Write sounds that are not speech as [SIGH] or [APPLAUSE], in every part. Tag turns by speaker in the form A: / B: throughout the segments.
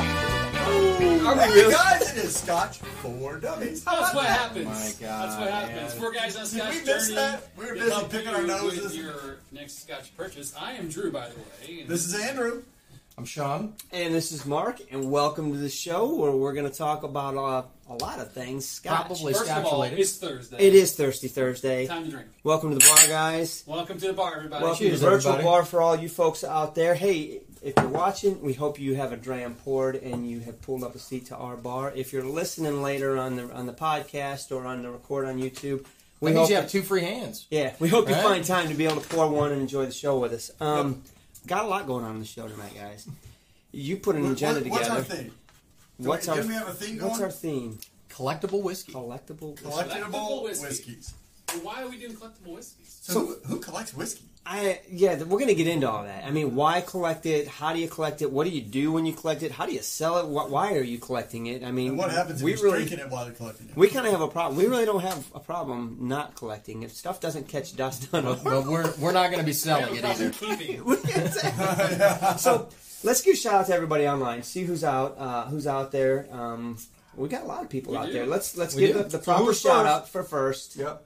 A: Are
B: Hey,
A: we really?
B: guys, it is Scotch for Dummies.
A: That's what happens.
C: My God,
A: That's what happens.
C: man.
A: Four guys on
B: Did we miss
A: Scotch Journey.
B: that? We were
A: to
B: busy
A: help
B: picking
A: you
B: our
A: With
B: noses.
A: your next Scotch purchase. I am Drew, by the way. and
B: This is Andrew.
C: I'm Sean.
D: And this is Mark, and welcome to the show where we're going to talk about uh, a lot of things. Scotch.
C: Probably
A: First of
C: Scotch
A: all,
C: related.
A: it's Thursday.
D: It is Thirsty Thursday.
A: Time to drink.
D: Welcome to the bar, guys.
A: Welcome to the bar, everybody.
D: Welcome
C: Uh, Cheers,
D: to the virtual
C: everybody.
D: bar for all you folks out there. Hey, if you're watching, we hope you have a dram poured and you have pulled up a seat to our bar. If you're listening later on the on the podcast or on the record on YouTube, we
C: that
D: hope
C: means you have two free hands.
D: yeah, we hope you
C: Right?
D: find time to be able to pour one and enjoy the show with us. Um, Got a lot going on in the show tonight, guys. You put an
B: What-
D: agenda
B: what- what's
D: together.
B: our theme? Do
D: What's
B: we,
D: our
B: didn't we have a theme
D: What's
B: going?
D: our theme?
C: Collectible whiskey.
D: Oh. Collectible.
A: Collect-
B: Collectible
A: Collectible whiskey.
B: whiskeys.
A: Why are we doing collectible whiskeys?
B: So,
D: So-
B: who, who collects whiskey?
D: I yeah, th- we're gonna get into all that. I mean, why collect it? How do you collect it? What do you do when you collect it? How do you sell it? Wh- why are you collecting it? I mean,
B: And what happens if
D: we
B: you're
D: really,
B: drinking it while you're collecting it? [LAUGHS]
D: We kind of have a problem. We really don't have a problem not collecting if stuff doesn't catch dust on
B: [LAUGHS]
D: it.
C: But we're we're not going to be selling
A: We
C: it
A: have a [LAUGHS]
C: either.
A: problem keeping
D: [LAUGHS]
A: it.
D: so let's give a shout out to everybody online. See who's out. Uh, who's out there? Um, we got a lot of people
A: We
D: out
A: do.
D: there. Let's let's
C: We
D: give the,
C: do.
D: the
C: So
D: proper
B: who's
D: shout
B: first?
D: out for first.
B: Yep.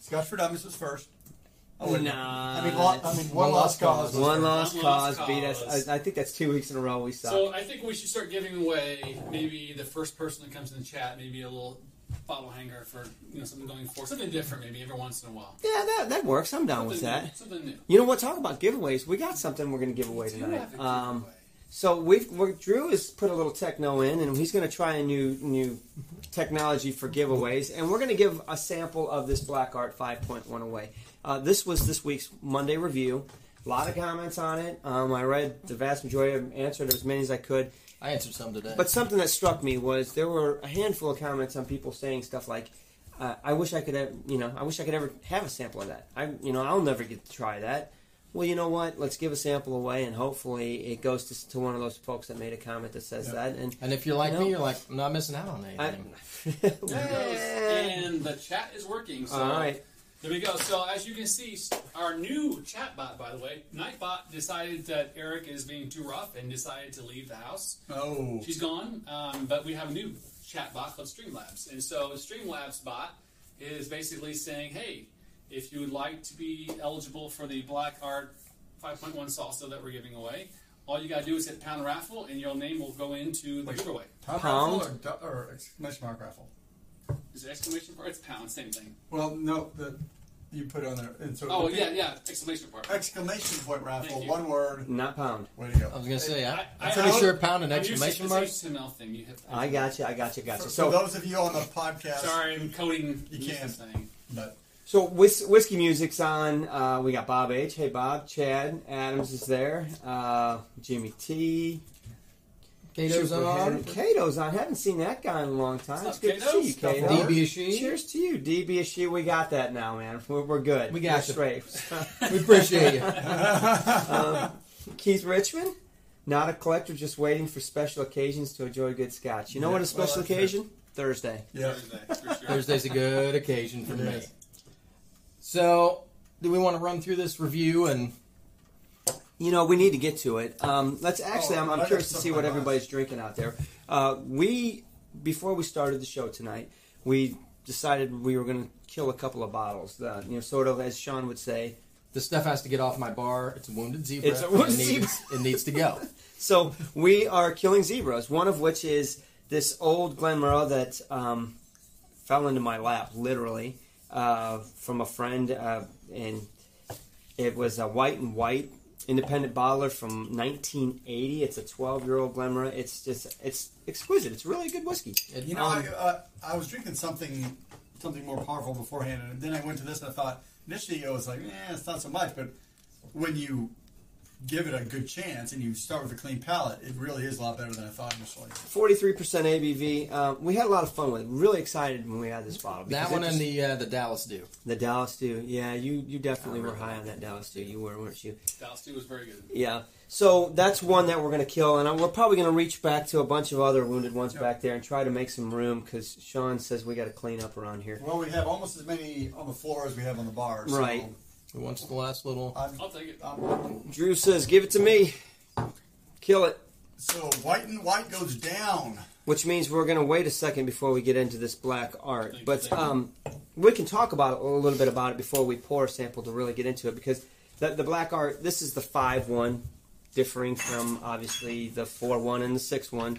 B: Scotch for Dummies was first. Oh, wait.
D: Nah,
B: I mean, lo- I mean, one
C: One
B: lost cause.
C: lost
B: was
D: one
B: first.
D: lost
A: One
D: cause
A: lost
D: beat
A: cause.
D: us. I, I think that's two weeks in a row we suck.
A: So I think we should start giving away maybe the first person that comes in the chat, maybe a little bottle hanger for you know something going forward, something different, maybe every once in a while.
D: Yeah, that, that works. I'm down with
A: Something new,
D: that.
A: Something new.
D: You know what? Talk about giveaways. We got something we're going to give away
A: Do have
D: tonight.
A: a
D: Um,
A: giveaway.
D: so we've we're, Drew has put a little techno in, and he's going to try a new new technology for giveaways, and we're going to give a sample of this Black Art 5.1 away. Uh, this was this week's Monday review. A lot of comments on it. Um, I read the vast majority of them, answered as many as I could.
C: I answered some today.
D: But something that struck me was there were a handful of comments on people saying stuff like, uh, "I wish I could have, you know, I wish I could ever have a sample of that. I, you know, I'll never get to try that." Well, you know what? Let's give a sample away, and hopefully, it goes to, to one of those folks that made a comment that says
B: Yeah.
D: that. And
C: and if you're like
D: No.
C: me, you're like, I'm not missing out on
D: [LAUGHS] I,
C: anything.
A: And the chat is working. So
D: all right,
A: There we go. So as you can see, our new chat bot, by the way, Nightbot decided that Eric is being too rough and decided to leave the house.
B: Oh.
A: She's gone, um, but we have a new chat bot called Streamlabs. And so Streamlabs bot is basically saying, hey, if you would like to be eligible for the Black Art 5.1 salsa that we're giving away, all you got to do is hit pound raffle and your name will go into the
B: Wait.
A: giveaway.
B: Pound,
D: Pound.
B: raffle or, du- or exclamation mark raffle?
A: Is it exclamation mark? It's pound, same thing.
B: Well, no, the, you put on there. And so
A: Oh, yeah, yeah, exclamation mark.
B: Exclamation point raffle,
A: Thank you.
B: one word.
D: not pound.
B: Way to go.
C: I was going to say, I,
A: I-
C: I, am
A: I-
C: pretty
A: I-
C: sure pound and
A: I'm used to-
C: exclamation
A: it's
C: marks.
A: HTML thing. You hit
D: I got you. I got you. Got
B: For,
D: you.
B: for
D: So,
B: those of you on the podcast,
A: Sorry, I'm coding.
B: You
A: this
B: can.
A: Thing.
D: [LAUGHS]
B: but [LAUGHS]
D: so whis- whiskey music's on. Uh, we got Bob H. Hey, Bob. Chad Adams is there. Uh, Jimmy T.
C: Cato's on.
D: Kato's on. Haven't seen that guy in a long time.
A: What's
D: It's
A: up,
D: good to see you,
A: Kato?
D: Kato.
C: DB is she.
D: Cheers to you, DBSU. We got that now, man. We're, we're good.
C: We got
D: We're straight. Um,
C: We appreciate you.
D: Keith Richmond, not a collector, just waiting for special occasions to enjoy good scotch. You know
B: Yeah,
D: what a
B: well,
D: special
B: that's
D: occasion? Thursday.
B: yeah.
A: Thursday, for sure.
C: Thursday's a good occasion for
B: It
C: me.
B: is.
C: So, do we want to run through this review and
D: You know, we need to get to it. Um, let's actually.
B: Oh,
D: I'm,
B: I
D: I'm
B: got
D: curious to see
B: something
D: what
B: on.
D: everybody's drinking out there. Uh, we before we started the show tonight, we decided we were going to kill a couple of bottles. Uh, you know, sort of as Sean would say,
C: the stuff has to get off my bar? It's a wounded zebra.
D: It's a wounded
C: it needs, It needs to go.
D: So we are killing zebras. One of which is this old Glenmorrow that um, fell into my lap, literally, uh, from a friend, uh, and it was a white and white independent bottler from 1980. It's a 12 year old Glenmorrow. It's just it's exquisite. It's really good whiskey.
C: It-
B: You know,
D: Um,
B: I, uh, I was drinking something something more powerful beforehand, and then I went to this and I thought initially I was like, eh, it's not so much, but when you give it a good chance and you start with a clean palette, it really is a lot better than I thought initially.
D: 43% ABV. Um, we had a lot of fun with it. Really excited when we had this bottle. because
C: That
D: it
C: one
D: just-
C: and the uh, the Dallas Dew.
D: the Dallas Dew. Yeah, you you definitely
C: I
D: were
C: really
D: high
C: like
D: on that Dallas Dew. You were, weren't you?
A: Dallas Dew was very good.
D: Yeah. So that's one that we're going to kill, and I- we're probably going to reach back to a bunch of other wounded ones
B: Yep.
D: back there and try to make some room because Sean says we got to clean up around here.
B: Well, we have almost as many on the floor as we have on the bars. so
D: Right.
C: Who wants the last little?
B: I'm,
A: I'll take it.
B: I'm,
D: Drew says, "Give it to me, kill it,"
B: so white and white goes down.
D: which means we're going to wait a second before we get into this black art.
A: Thank you,
D: But
A: thank you.
D: um, we can talk about it, a little bit about it before we pour a sample to really get into it because the, the black art. This is the five one, differing from obviously the four one and the six one.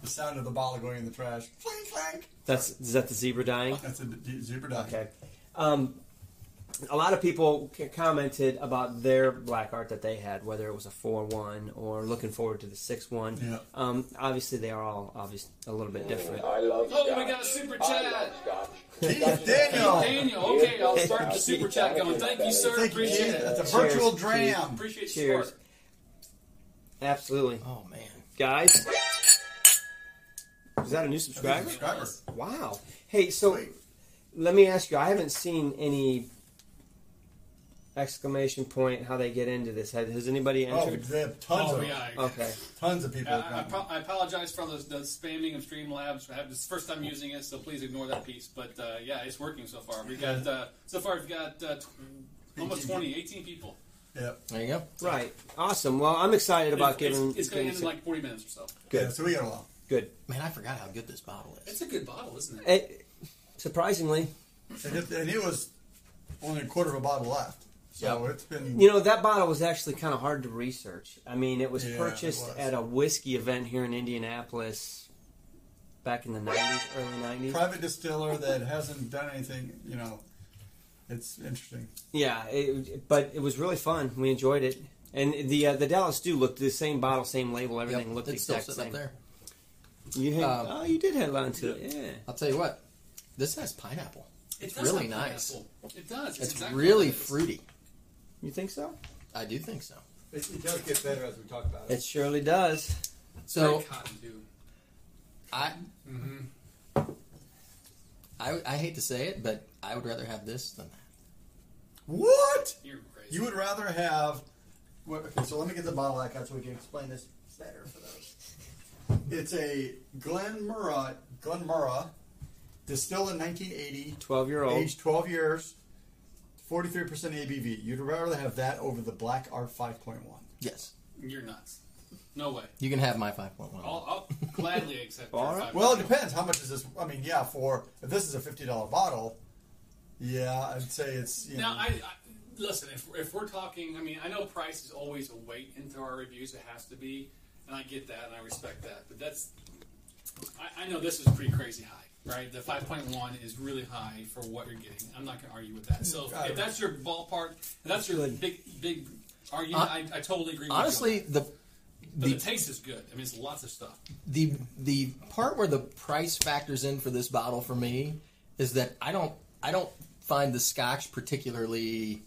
B: The sound of the bottle going in the trash. Clank, clank.
D: That's is that the zebra dying?
B: That's a d- zebra die.
D: Okay. Um, a lot of people c- commented about their black art that they had, whether it was a 4 1 or looking forward to the 6 1.
B: Yeah.
D: Um, obviously, they are all obvious, a little bit different.
E: I love
A: Oh,
E: Scotch.
A: we got a super
E: I
A: chat.
E: love Scotch.
B: Keith Daniel.
A: Daniel, okay, I'll start the super chat going. Thank you, sir.
B: Thank you,
A: Appreciate
B: Keith.
A: it.
B: That's a
D: Cheers,
B: virtual
D: Keith.
B: dram.
A: Appreciate your
D: Cheers.
A: support.
D: Absolutely.
C: Oh man,
D: Guys, is that a new subscriber?
B: Subscriber.
D: Wow. Hey, so
B: Sweet.
D: let me ask you I haven't seen any exclamation point how they get into this. Has, has anybody
B: Oh,
D: entered?
B: they have tons
A: Oh,
B: of
A: yeah. I-
D: Okay.
B: tons of people.
A: I,
B: have
A: I, I
B: gone.
A: pro- I apologize for the, the spamming of Streamlabs. I have this is the first time using it, so please ignore that piece. But uh, yeah, it's working so far. We got uh, so far we've got uh, tw- almost 20, 18 people.
B: Yep.
C: there you go.
D: Right. Awesome. Well, I'm excited about
A: It's-
D: giving.
A: it's, it's going to
D: giving
A: end in
D: some-
A: like 40 minutes or so.
D: Good.
B: Yeah, so we got a lot.
D: Good.
C: Man, I forgot how good this bottle is.
A: It's a good bottle, isn't it?
D: It, Eh, surprisingly,
B: And it, and it was only a quarter of a bottle left. So it's been.
D: you know that bottle was actually kind of hard to research. I mean, it was
B: Yeah, it
D: purchased
B: was.
D: at a whiskey event here in Indianapolis back in the '90s, early '90s.
B: private distiller that hasn't done anything, you know, it's interesting.
D: Yeah, it, but it was really fun. We enjoyed it, and the uh, the Dallas Dew looked the same bottle, same label, everything
C: Yep,
D: looked the
C: it's still
D: exact
C: sitting
D: same.
C: up there.
D: You had,
C: Um,
D: oh, you did headline to it, yeah.
C: I'll tell you what, this has pineapple.
A: It's
C: really nice.
A: It does. It's,
C: It's
A: exactly
C: really
A: what it is.
C: fruity.
D: You think so?
C: I do think so.
B: It, it does get better as we talk about
D: It surely does.
C: So
A: Very cotton too.
C: I,
A: Mm-hmm.
C: I, I hate to say it, but I would rather have this than that.
B: What?
A: You're crazy.
B: You would rather have. What, okay, so let me get the bottle back out so we can explain this better for those. It's a Glenmurra, Glenmurra, distilled in 1980,
D: Twelve year old.
B: aged 12 years, 43% ABV. You'd rather have that over the Black Art 5.1.
C: Yes,
A: You're nuts. No way.
C: you can have my five point one.
A: I'll, I'll gladly accept. your
D: All right.
A: five
B: Well, it
A: bucks.
B: depends. How much is this? I mean, yeah, for if this is a fifty dollar bottle, yeah, I'd say it's you
A: Now,
B: know.
A: I, I listen. If, if we're talking, I mean, I know price is always a weight into our reviews. It has to be, and I get that, and I respect that. But that's, I, I know this is pretty crazy high, right? The five point one is really high for what you're getting. I'm not going to argue with that. So if, if that's your ballpark, if that's your
D: Good.
A: big big argument. I, I totally agree. with you on
C: Uh, Honestly,
A: that.
C: the
A: but the,
C: the
A: taste is good. I mean, it's lots of stuff.
C: the the part where the price factors in for this bottle for me is that I don't I don't find the Scotch particularly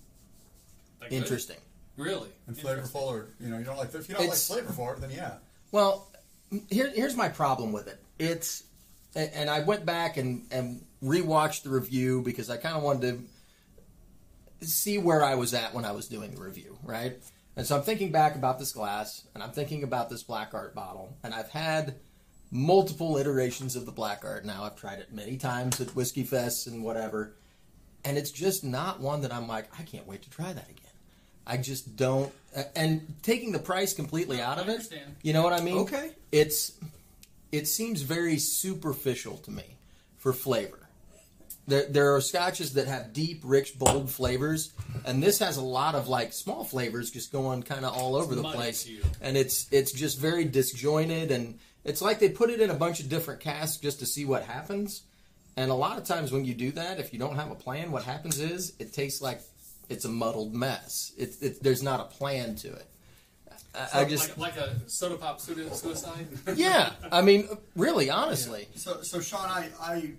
A: That good?
C: interesting.
A: really
B: and
A: Interesting.
B: flavorful, or you know, you don't like if you don't
C: It's-
B: like flavor for it, then yeah,
C: Well, m- here, here's my problem with it. It's a- and I went back and and rewatched the review because I kind of wanted to see where I was at when I was doing the review, right? And so I'm thinking back about this glass, and I'm thinking about this black art bottle, and I've had multiple iterations of the black art now. I've tried it many times at whiskey fests and whatever, and it's just not one that I'm like, I can't wait to try that again. I just don't. a- And taking the price completely out of
A: I
C: it,
A: understand.
C: you know what I mean?
D: Okay.
C: It's it seems very superficial to me for flavor. There, there are scotches that have deep, rich, bold flavors, and this has a lot of like small flavors just going kind of all over the
A: muddy
C: place.
A: to you.
C: And it's it's just very disjointed, and it's like they put it in a bunch of different casks just to see what happens. And a lot of times when you do that, if you don't have a plan, what happens is it tastes like it's a muddled mess. It, it, there's not a plan to it. I, I just
A: like, like a soda pop soda suicide. [LAUGHS]
C: yeah, I mean, really, honestly,
B: So, so Sean, I, I,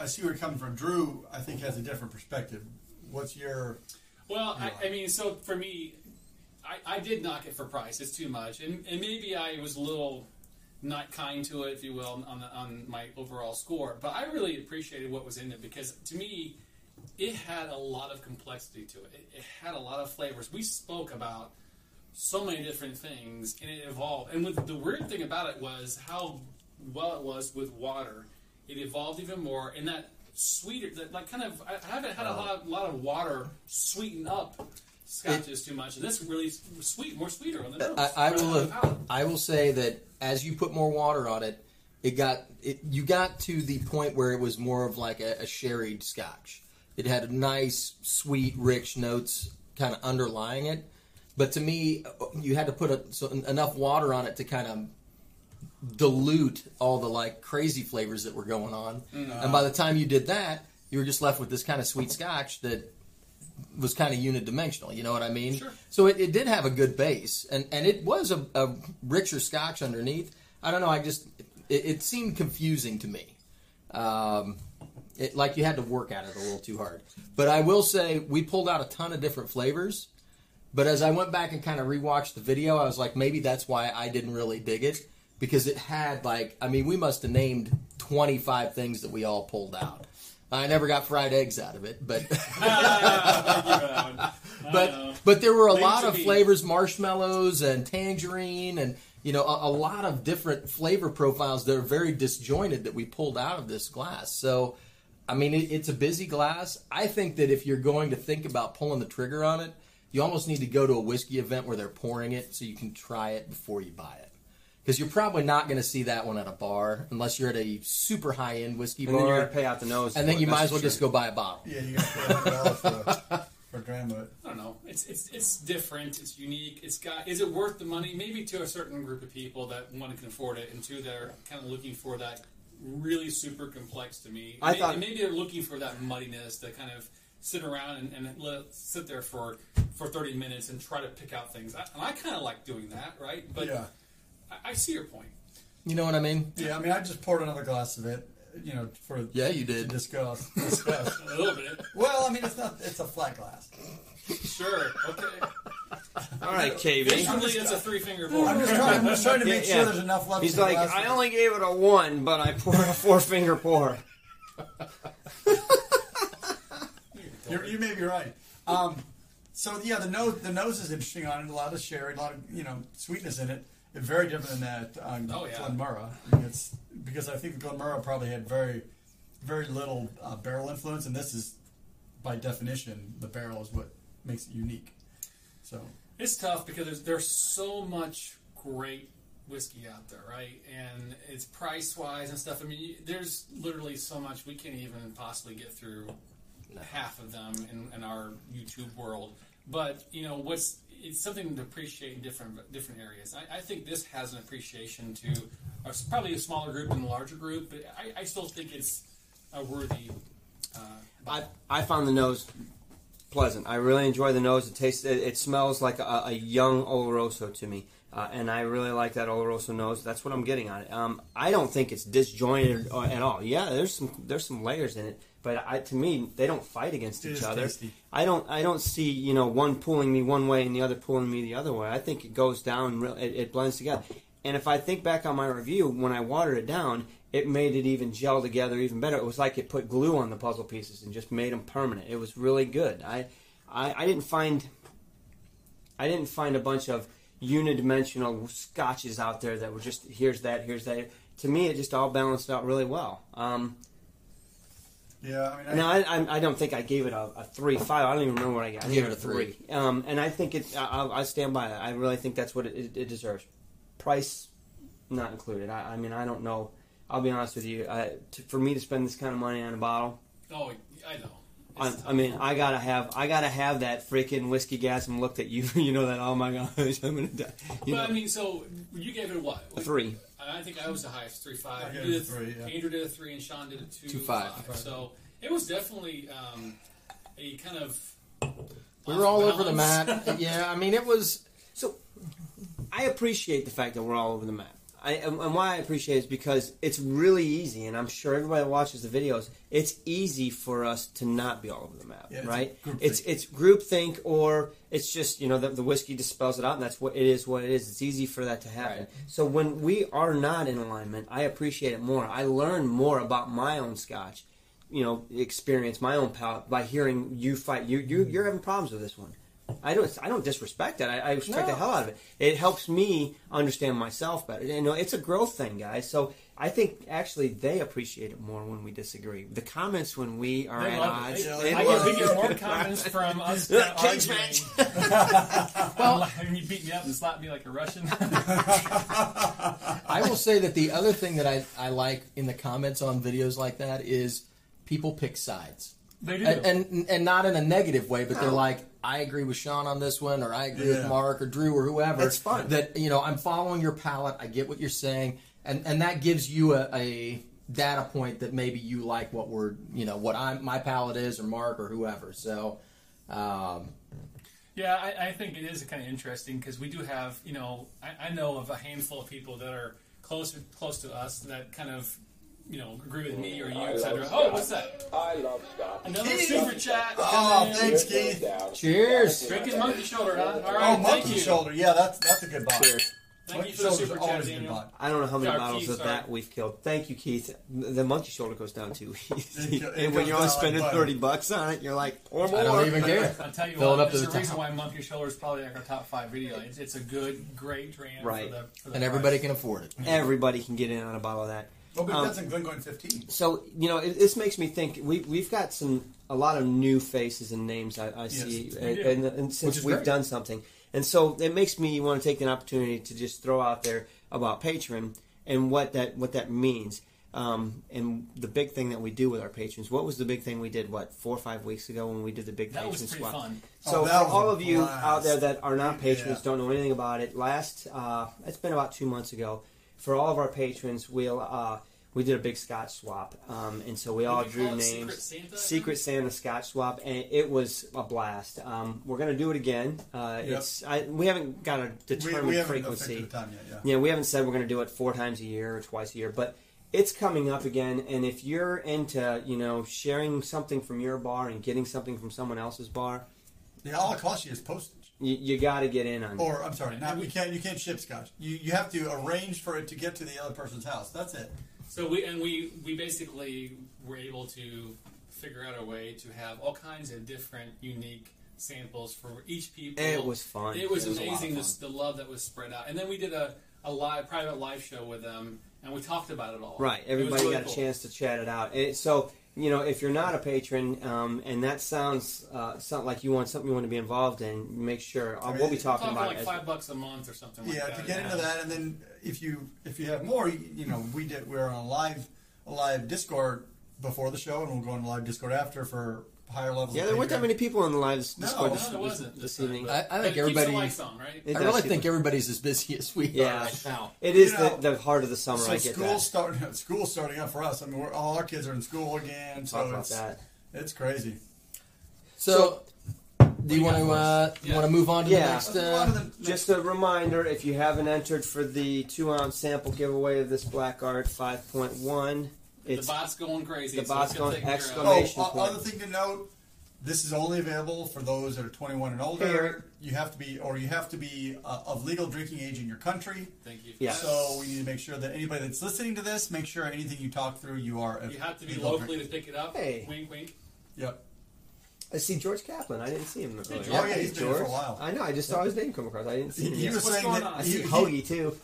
B: I see where you're coming from. Drew, I think has a different perspective. What's your?
A: Well, I, I mean, so for me, I- I, I did knock it for price. It's too much, and, and maybe I was a little not kind to it, if you will, on the, on my overall score. But I really appreciated what was in it because to me, it had a lot of complexity to it. It, it had a lot of flavors. We spoke about so many different things, and it evolved. And with, the weird thing about it was how well it was with water. It evolved even more, and that sweeter, that like kind of I I haven't had a lot, lot of water sweeten up scotches too much, and this really s- sweet, more sweeter on the nose.
C: I, I
A: right on the
C: will.
A: palate.
C: I will say that as you put more water on it, it got it. You got to the point where it was more of like a, a sherried Scotch. It had a nice, sweet, rich notes kind of underlying it. But to me, you had to put a, so, enough water on it to kind of dilute all the like crazy flavors that were going on. And by the time you did that, you were just left with this kind of sweet Scotch that was kind of unidimensional. You know what I mean?
A: Sure.
C: So it, it did have a good base, and and it was a, a richer Scotch underneath. I don't know. I just it, it seemed confusing to me. Um, it, like you had to work at it a little too hard. But I will say we pulled out a ton of different flavors. But as I went back and kind of rewatched the video, I was like, maybe that's why I didn't really dig it because it had like, I mean, we must have named 25 things that we all pulled out. I never got fried eggs out of it, but [LAUGHS]
A: [LAUGHS] Ah, you know, I know.
C: but but there were a
A: Things
C: lot
A: to
C: of
A: be-
C: flavors, marshmallows and tangerine, and you know a, a lot of different flavor profiles that are very disjointed that we pulled out of this glass. So, I mean, it, it's a busy glass. I think that if you're going to think about pulling the trigger on it, you almost need to go to a whiskey event where they're pouring it so you can try it before you buy it. Because you're probably not going to see that one at a bar unless you're at a super high end whiskey
D: And
C: bar.
D: then you're gonna pay out the nose.
C: and then
D: for it,
C: you might
D: that's
C: as well
D: for
C: just
D: sure.
C: go buy a bottle.
B: Yeah, you got $400 for, a- for a gram of it.
A: I don't know. It's it's it's different. It's unique. It's got. Is it worth the money? Maybe to a certain group of people that one can afford it, and two that are kind of looking for that really super complex. To me,
D: I
A: May-
D: thought-
A: maybe they're looking for that muddiness to kind of sit around and, and let, sit there for for thirty minutes and try to pick out things. I, and I kind of like doing that, right? But
B: yeah.
A: I, I see your point.
C: You know what I mean?
B: Yeah, I mean, I just poured another glass of it, you know, for
C: Yeah, you
B: to
C: did.
B: discuss. discuss.
C: [LAUGHS]
A: A little bit,
B: well, I mean, it's not. It's a flat glass.
A: sure. Okay.
D: All right, KB.
A: Visually, it's a three finger
B: I'm
A: board.
B: just trying, I'm just trying to make
D: Yeah,
B: sure
D: yeah.
B: there's enough left.
D: He's
B: in the
D: like,
B: glass
D: I
B: to-
D: only gave it a one, but I poured a four finger pour.
A: [LAUGHS]
B: You're, you may be right. Um, so yeah, the nose the nose is interesting on it. A lot of sherry, a lot of you know sweetness in it. It's very different than that on
A: Oh, yeah.
B: Glenmurra. I mean, it's because I think Glenmurra probably had very very little uh, barrel influence, and this is by definition the barrel is what makes it unique. So
A: It's tough because there's, there's so much great whiskey out there, right? And it's price wise and stuff. I mean, you, there's literally so much we can't even possibly get through half of them in, in our YouTube world. But you know, what's it's something to appreciate in different different areas. I, I think this has an appreciation to a, probably a smaller group and a larger group, but I, I still think it's a worthy. Uh,
D: I, I found the nose pleasant. I really enjoy the nose. It tastes. It, it smells like a, a young Oloroso to me, uh, and I really like that Oloroso nose. That's what I'm getting on it. Um, I don't think it's disjointed uh, at all. Yeah, there's some there's some layers in it, but I, to me they don't fight against
B: It
D: each
B: is
D: other.
B: tasty.
D: I don't I don't see you know one pulling me one way and the other pulling me the other way. I think it goes down. real- It, it blends together. And if I think back on my review, when I watered it down, it made it even gel together even better. It was like it put glue on the puzzle pieces and just made them permanent. It was really good. I I, I didn't find I didn't find a bunch of unidimensional scotches out there that were just here's that here's that. To me, it just all balanced out really well. Um,
B: yeah, I mean, I, Oh,
D: now, I, I, I don't think I gave it a, a three five. I don't even remember what I got. I
C: You gave it a three.
D: Um, and I think it. I, I- I stand by that. I really think that's what it, it, it deserves. Price not included. I, I mean, I don't know. I'll be honest with you. I, to, for me to spend this kind of money on a bottle,
A: oh, I know.
D: I,
A: It's
D: I mean, I gotta have. I gotta have that freaking whiskey gasm look that you. [LAUGHS] You know that. Oh my gosh, I'm gonna die. You know,
A: But I mean, so you gave it what?
D: a three.
A: I think I was the highest, three five.
B: I gave
A: You did
B: it
A: a
B: a three, yeah.
A: Andrew did a three, and Sean did a two,
C: Two five.
A: So it was definitely um, a kind of.
C: We were all over the
A: [LAUGHS] off-balance.
C: map. yeah, I mean, it was.
D: So, I appreciate the fact that we're all over the map. I, and and why I appreciate it is because it's really easy, and I'm sure everybody that watches the videos, it's easy for us to not be all over the map,
B: Yeah, it's
D: right?
B: groupthink.
D: It's it's groupthink, or it's just you know the, the whiskey just spells it out, and that's what it is. What it is, it's easy for that to happen.
C: Right.
D: So when we are not in alignment, I appreciate it more. I learn more about my own scotch, you know, experience, my own palate by hearing you fight. You you you're having problems with this one. I don't. I don't disrespect that. I, I respect the
C: No.
D: hell out of it. It helps me understand myself better. You know, it's a growth thing, guys. So I think actually they appreciate it more when we disagree. The comments when we are
E: They
D: at
E: love it.
D: odds.
E: They-
B: They
E: I
B: love
E: get, we
B: it.
D: [LAUGHS]
E: get more comments
A: [LAUGHS]
E: from us
D: Look,
E: kinda
D: cage
E: arguing.
D: match.
E: [LAUGHS] well, and you beat me up and slap me like a Russian. [LAUGHS]
C: I will say that the other thing that I, I like in the comments on videos like that is people pick sides.
E: they do.
C: And, and and not in a negative way, but they're like, I agree with Sean on this one, or I agree
B: Yeah.
C: with Mark or Drew or whoever.
D: That's fun.
C: That you know, I'm following your palette. I get what you're saying, and and that gives you a, a data point that maybe you like what we're you know what I'm my palette is, or Mark or whoever. So, um,
E: Yeah, I, I think it is kind of interesting because we do have, you know, I, I know of a handful of people that are close close to us that kind of, you know, agree with me or you,
F: I
E: etc.
F: love
E: Oh,
F: Scott.
E: what's that?
F: I love Scott.
E: Another
B: Keith.
E: super chat.
B: Oh,
E: coming in.
B: thanks,
F: There's no
B: Keith.
F: doubt.
C: Cheers.
E: Drinking monkey shoulder, huh? All right,
B: Oh,
E: thank
B: monkey
E: you.
B: shoulder. Yeah, that's that's a good bot.
D: Cheers.
E: Thank you for the
B: Shoulder's
E: super chat,
B: always a good
E: Daniel.
B: bot.
D: I don't know how many
E: Sorry,
D: bottles
E: Keith,
D: of
E: sorry.
D: that we've killed. Thank you, Keith. The monkey shoulder goes down too easy, [LAUGHS]
B: It go- it
D: and
B: goes
D: when
B: down
D: you're only
B: like
D: spending
B: butter.
D: thirty bucks on it, you're like, or more.
C: I don't even care.
E: I'll tell you
C: Fill it
E: what,
C: up to
E: there's
C: the
E: a reason
C: top.
E: why monkey shoulder is probably like our top five video. It's, it's a good, great brand.
D: Right.
E: For the, for the
C: and everybody
E: price.
C: can afford it.
D: Everybody can get in on a bottle of that.
B: Oh, but
D: Um,
B: that's in Glengoyne 15.
D: So you know, it, this makes me think. We we've got some a lot of new faces and names I, I see,
E: we
D: and,
E: do.
D: and, and since
C: is
D: we've
C: great.
D: done something, and so it makes me want to take an opportunity to just throw out there about Patreon and what that what that means, um, and the big thing that we do with our patrons. What was the big thing we did? What four or five weeks ago when we did the big
E: That
D: patron
E: was pretty
D: swap?
E: fun.
D: So
B: Oh,
D: for
B: that was
D: all
B: a
D: of you
B: blast.
D: out there that are not patrons,
B: Yeah.
D: don't know anything about it. Last, uh, it's been about two months ago. For all of our patrons, we'll uh, we did a big Scotch swap, um, and so we all
E: we
D: drew
E: call it
D: names.
E: Secret Santa?
D: Secret Santa Scotch swap, and it was a blast. Um, we're gonna do it again. Uh,
B: Yep.
D: It's I, we haven't got a
B: We,
D: determined
B: we haven't
D: frequency.
B: affected the time yet. Yeah.
D: Yeah, we haven't said we're going to do it four times a year or twice a year, but it's coming up again. And if you're into, you know, sharing something from your bar and getting something from someone else's bar,
B: Yeah, all it costs you is postage.
D: you, you got to get in on it.
B: Or I'm sorry, not, we can't. You can't ship scotch. You you have to arrange for it to get to the other person's house. That's it.
A: So we and we we basically were able to figure out a way to have all kinds of different unique samples for each people.
D: It was fun.
A: It was,
D: a lot of
A: amazing
D: fun.
A: this, the love that was spread out. And then we did a, a live private live show with them and we talked about it all.
D: Right.
A: It was
D: Everybody
A: really
D: got
A: cool.
D: a chance to chat it out. And so, you know, if you're not a patron um, and that sounds uh, something like you want something you want to be involved in, make sure. Uh, we'll be talking
A: Talking
D: about
A: like
D: it. as-
A: five bucks a month or something like
B: yeah,
A: that.
B: to get
A: Oh yeah.
B: into that, and then if you if you have more, you, you know, we did we're on a live a live Discord before the show, and we'll go on a live Discord after for higher levels.
D: yeah,
B: of
D: there weren't that
B: Patreon.
D: many people on the lives
B: No,
D: Discord
B: Oh, no,
D: this,
B: there
D: this-
A: wasn't
D: this
A: this time,
D: evening.
A: but-
C: I, I
A: But it
C: think
A: keeps the
C: everybody.
A: lights on, right?
D: It
C: I
D: does
C: really
D: keep
C: think
D: it-
C: everybody's as busy as we
D: Yeah.
C: are right now.
D: It is
B: You know-
D: the, the heart of the summer.
B: So
D: I get
B: school
D: that.
B: start [LAUGHS] school starting up for us. I mean, we're, all our kids are in school again, so
D: Talk about
B: it's
D: that.
B: it's crazy.
C: So, do you want to uh,
A: Yeah.
C: you want to move on to
D: Yeah.
C: the next?
B: That's a lot
C: Uh,
B: of the-
D: Just a reminder if you haven't entered for the two ounce sample giveaway of this Black Art 5.1,
A: the
D: it's
A: bot's going crazy.
D: the
A: so
D: bot's
A: it's gonna
D: going
A: take care of-
D: exclamation-
B: Oh,
D: donation
B: o-
D: point.
B: other thing to note: this is only available for those that are 21 and older.
D: Here.
B: You have to be, or you have to be uh, of legal drinking age in your country.
A: Thank you.
D: Yeah.
B: So we need to make sure that anybody that's listening to this, make sure anything you talk through, you are. of
A: You have to be
B: legal
A: locally
B: drinking.
A: to pick it up.
D: Hey.
A: Wink, wink. [LAUGHS]
B: Yep.
D: I see George Kaplan. I didn't see him earlier.
A: George. Oh,
B: yeah, he's been here for a while.
D: I know. I just saw his name come across. I didn't see
B: He,
D: him.
B: he
D: yet.
B: was
A: What's
B: saying
A: going
B: that
A: on?
D: I
B: he-
D: see
B: he-
D: Hoagie too.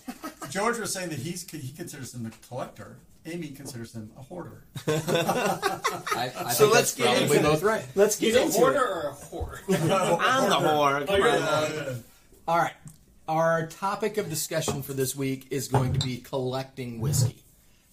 B: George was saying that he's he considers him the collector. Amy considers him a hoarder. [LAUGHS]
C: I, I
D: So let's
C: think that's
D: get
C: probably
D: into it.
C: both right.
D: Let's
A: He's
D: get
A: a
D: into
A: hoarder
D: it.
A: or a whore?
D: I'm the whore. Come
A: you're
D: on.
A: the
B: Uh,
C: All right. Our topic of discussion for this week is going to be collecting whiskey.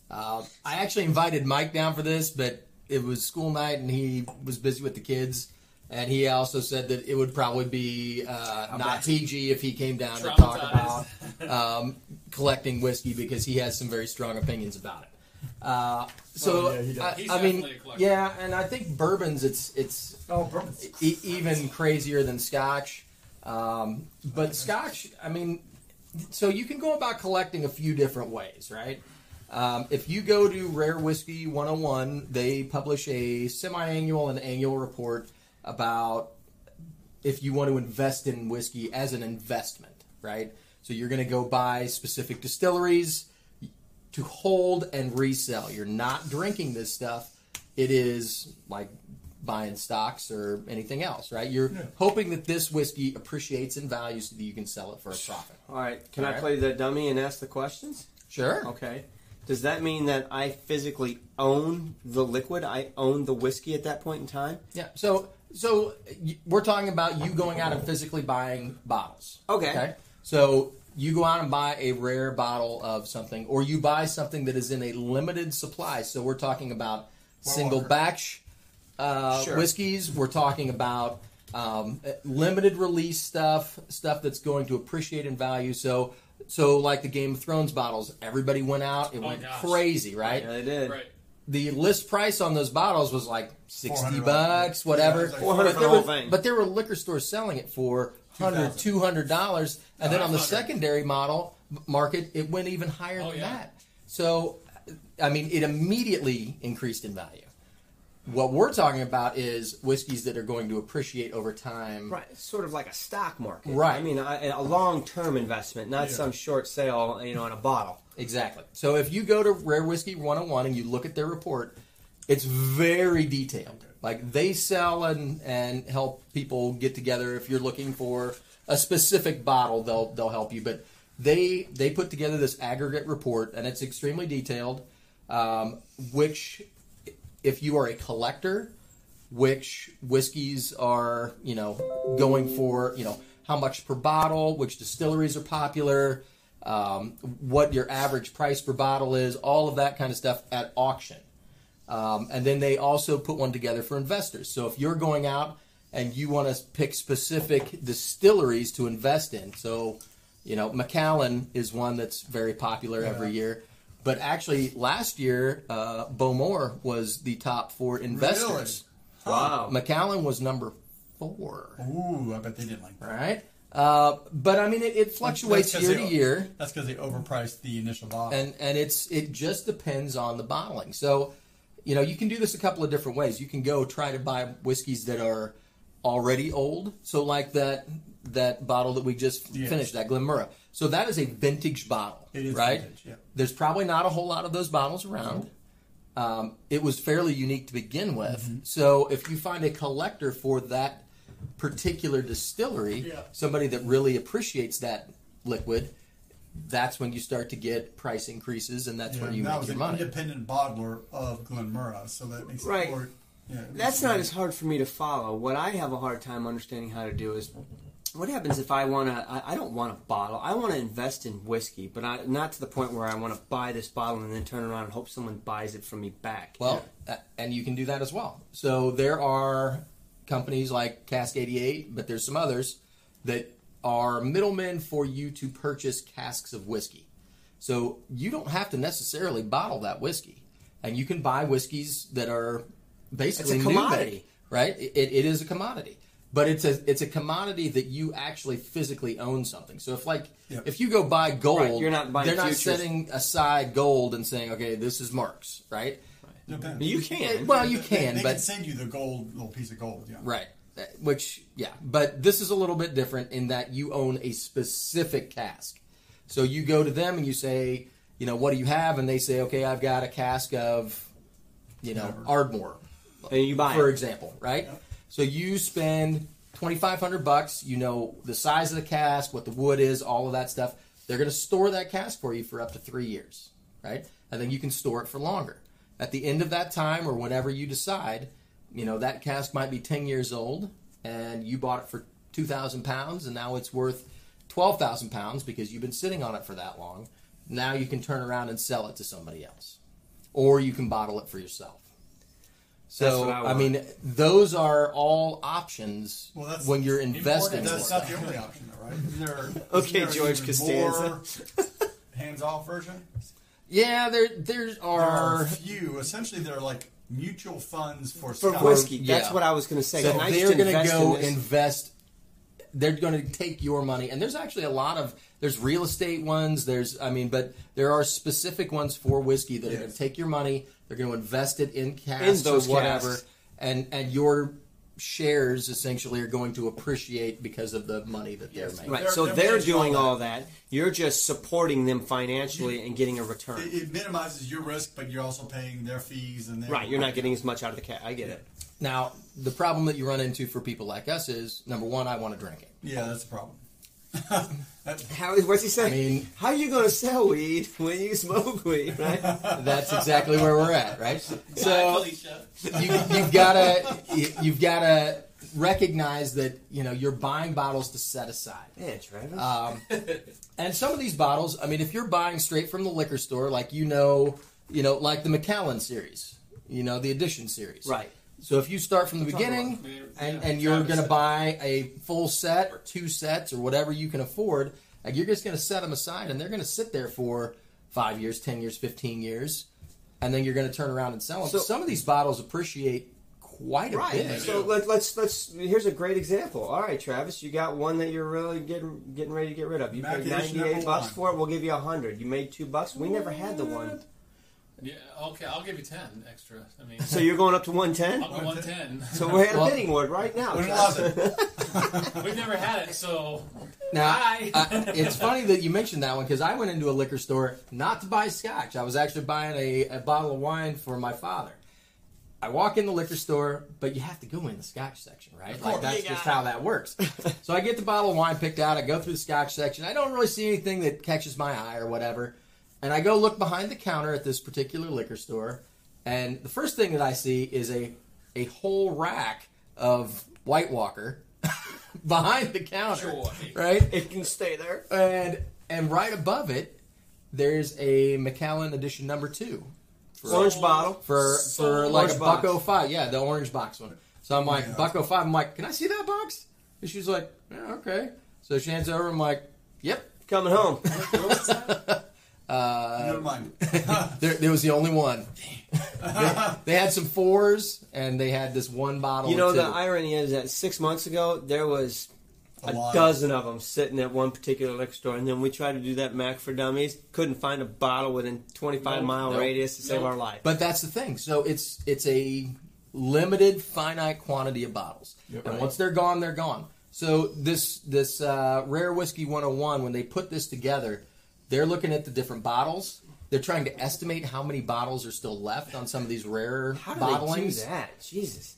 C: Uh, I actually invited Mike down for this, but it was school night and he was busy with the kids. And he also said that it would probably be uh, not PG if he came down to talk about um, collecting whiskey because he has some very strong opinions about it. Uh, so,
B: Oh, yeah, he does.
C: I-
A: He's
C: I, mean,
A: definitely a collector.
C: yeah, and I think bourbons, it's it's
B: oh, perfect.
C: e- even crazier than Scotch. Um, but Scotch, I mean, so you can go about collecting a few different ways, right? Um, if you go to Rare Whiskey 101, they publish a semi annual and annual report about if you want to invest in whiskey as an investment, right? So you're going to go buy specific distilleries to hold and resell. You're not drinking this stuff. It is like buying stocks or anything else, right? You're hoping that this whiskey appreciates in value so that you can sell it for a profit.
D: All right. Can I
C: All right.
D: play the dummy and ask the questions?
C: Sure.
D: Okay. Does that mean that I physically own the liquid? I own the whiskey at that point in time?
C: Yeah. So so y- we're talking about you going out and physically buying bottles.
D: Okay.
C: So you go out and buy a rare bottle of something, or you buy something that is in a limited supply. So we're talking about single
B: Walker.
C: batch uh,
D: Sure.
C: whiskeys. We're talking about um, limited release stuff, stuff that's going to appreciate in value. So. So, like the Game of Thrones bottles, everybody went out. It
E: Oh,
C: went
E: gosh.
C: crazy, right?
D: Yeah, they [LAUGHS] did.
E: Right.
C: the list price on those bottles was like 60
B: $400.
C: bucks, whatever.
B: Yeah, it's like
D: $400
C: but, there
D: for the
C: were,
D: whole thing.
C: but there were liquor stores selling it for $100, $200. dollars. And then on the
A: $500.
C: secondary model market, it went even higher
E: Oh,
C: than
E: yeah.
C: that. So, I mean, it immediately increased in value. What we're talking about is whiskeys that are going to appreciate over time.
D: Right, it's sort of like a stock market.
C: Right.
D: I mean, I, a long-term investment, not some short sale, you know, in a bottle.
C: Exactly. So if you go to Rare Whiskey 101 and you look at their report, it's very detailed. Like they sell and, and help people get together. If you're looking for a specific bottle, they'll they'll help you. But they they put together this aggregate report and it's extremely detailed. Um, which, if you are a collector, which whiskeys are you know going for you know how much per bottle which distilleries are popular um, what your average price per bottle is all of that kind of stuff at auction um, and then they also put one together for investors so if you're going out and you want to pick specific distilleries to invest in so you know mcallen is one that's very popular every year but actually last year uh, bowmore was the top four investors
D: Wow.
C: McAllen was number four,
B: Ooh, I bet they didn't like that.
C: right? Uh, but I mean, it, it fluctuates
B: That's 'cause
C: year
B: they-
C: to year,
B: That's because they overpriced the initial bottle.
C: and and it's it just depends on the bottling. So, you know, you can do this a couple of different ways. You can go try to buy whiskeys that are already old. So, like that that bottle that we just
B: Yes.
C: finished, that Glenmurra. So that is a vintage bottle,
B: It is
C: right?
B: vintage, yeah.
C: There's probably not a whole lot of those bottles around. Um, it was fairly unique to begin with.
B: Mm-hmm.
C: So if you find a collector for that particular distillery,
B: Yeah.
C: somebody that really appreciates that liquid, that's when you start to get price increases, and that's
B: Yeah,
C: where you
B: and that
C: make
B: was
C: your
B: an
C: money.
B: independent bottler of Glenmurra, so that makes
D: Right.
B: it more. Yeah, it
D: That's
B: makes
D: not
B: it-
D: as hard for me to follow. What I have a hard time understanding how to do is what happens if I want to, I, I don't want a bottle. I want to invest in whiskey, but I, not to the point where I want to buy this bottle and then turn around and hope someone buys it from me back.
C: Well, uh, and you can do that as well. So there are companies like Cask 88, but there's some others that are middlemen for you to purchase casks of whiskey. So you don't have to necessarily bottle that whiskey, and you can buy whiskeys that are basically
D: It's a
C: new
D: commodity.
C: make, right? It, it is a commodity, but it's a it's a commodity that you actually physically own something. So if like
B: Yeah.
C: if you go buy gold,
D: Right, you're not buying
C: they're not
D: futures.
C: setting aside gold and saying, okay, this is Mark's, right?
B: Depends.
D: you can.
C: Well, you
B: They-
C: can,
B: they
C: but
B: can send you the gold little piece of gold. Yeah,
C: right. That- Which, yeah, but this is a little bit different in that you own a specific cask. So you go to them and you say, you know, what do you have? And they say, okay, I've got a cask of, you know, Ardmore,
D: and you buy
C: for
D: it.
C: example, right? So you spend twenty five hundred bucks. You know the size of the cask, what the wood is, all of that stuff. They're going to store that cask for you for up to three years, right? And then you can store it for longer. At the end of that time, or whenever you decide, you know that cask might be ten years old, and you bought it for two thousand pounds, and now it's worth twelve thousand pounds because you've been sitting on it for that long. Now you can turn around and sell it to somebody else, or you can bottle it for yourself.
D: That's
C: So
D: what I
C: I,
D: want.
C: mean, those are all options
B: Well, that's-
C: when you're investing.
B: That's
C: in it.
B: not the only option, though, right? Is there- is
D: Okay,
B: there an
D: George
B: even
D: Costanza.
B: more hands-off version.
C: Yeah, there there
B: There are a
C: are.
B: few. Essentially, they're like mutual funds for,
D: For
B: Scotch.
D: whiskey.
C: yeah.
D: That's what I was going to say.
C: So
D: Can I
C: they're
D: just
C: going to
D: invest
C: go
D: in this?
C: invest they're going to take your money. And there's actually a lot of there's real estate ones. There's I mean, but there are specific ones for whiskey that are going to take your money. They're going to invest it in cash or
D: those
C: whatever,
D: casks.
C: and and your shares essentially are going to appreciate because of the money that they're making.
D: Right,
B: They're-
D: so
B: they're
D: they're,
B: managing
D: doing
B: all
D: all that. You're just supporting them financially and getting a return.
B: It, it minimizes your risk, but you're also paying their fees and their
D: right, you're not getting as much out of the cat. I get it.
C: Now, the problem that you run into for people like us is number one, I want to drink it.
B: Yeah, that's a problem. [LAUGHS]
D: How is what's he saying?
C: I mean-
D: how are you going to sell weed when you smoke weed? Right?
C: That's exactly where we're at, right? So
A: Felicia.
C: you, you've gotta you, you've gotta recognize that you know you're buying bottles to set aside.
D: Man, Travis.
C: And some of these bottles, I mean, if you're buying straight from the liquor store, like you know, you know, like the Macallan series, you know, the Edition series,
D: Right.
C: So if you start from the
D: talking
C: beginning
A: about-
C: and,
A: yeah,
C: and you're
A: Travis
C: going to
A: said.
C: buy a full set or two sets or whatever you can afford, like you're just going to set them aside and they're going to sit there for five years, ten years, fifteen years, and then you're going to turn around and sell them.
D: So-
C: some of these bottles appreciate quite a
D: right.
C: bit.
D: So let, let's let's here's a great example. All right, Travis, you got one that you're really getting getting ready to get rid of. You
B: Mac
D: paid
B: Edition
D: ninety
B: number
D: eight bucks
B: one.
D: for it. We'll give you a hundred. You made two bucks. We never had the one.
E: Yeah, okay, I'll give you ten extra. I mean,
D: So you're going up to one ten.
E: I'll go one ten.
D: So we're at a
C: Well-
D: bidding war right now.
B: Wouldn't
D: Travis.
B: love
D: [LAUGHS]
B: it.
A: [LAUGHS]
E: We've never had it, so
C: Now,
E: Hi.
C: I- Uh, it's funny that you mentioned that one because I went into a liquor store not to buy scotch. I was actually buying a, a bottle of wine for my father. I walk in the liquor store, but you have to go in the scotch section, right? Like that's just how that works. so I get the bottle of wine picked out. I go through the scotch section. I don't really see anything that catches my eye or whatever. And I go look behind the counter at this particular liquor store, and the first thing that I see is a a whole rack of White Walker [LAUGHS] behind the counter,
A: Joy.
C: right?
D: It can stay there.
C: and and right above it, there's a Macallan edition number two
D: Orange bottle.
C: for
A: So
C: for like
D: orange
C: a
D: box.
C: buck oh five. Yeah, the orange box one. So I'm like
B: Yeah.
C: buck oh five. I'm like, can I see that box? And she's like, yeah, okay. So she hands it over. I'm like, yep.
D: Coming home.
B: Never mind. [LAUGHS]
C: There, there was the only one. they, they had some fours, and they had this one bottle.
D: You know,
C: of
D: the
C: two.
D: irony is that six months ago, there was
B: A
D: a,
B: lot.
D: dozen of them sitting at one particular liquor store, and then we tried to do that Mac for Dummies. Couldn't find a bottle within 25
A: Nope.
D: mile
C: Nope.
D: radius to save
A: Nope.
D: our life.
C: But that's the thing. So it's it's a limited, finite quantity of bottles,
B: Yep.
C: and
B: Right.
C: once they're gone, they're gone. So this this uh, rare whiskey 101, when they put this together, they're looking at the different bottles. They're trying to estimate how many bottles are still left on some of these rare
D: How do
C: bottlings.
D: they do that? Jesus.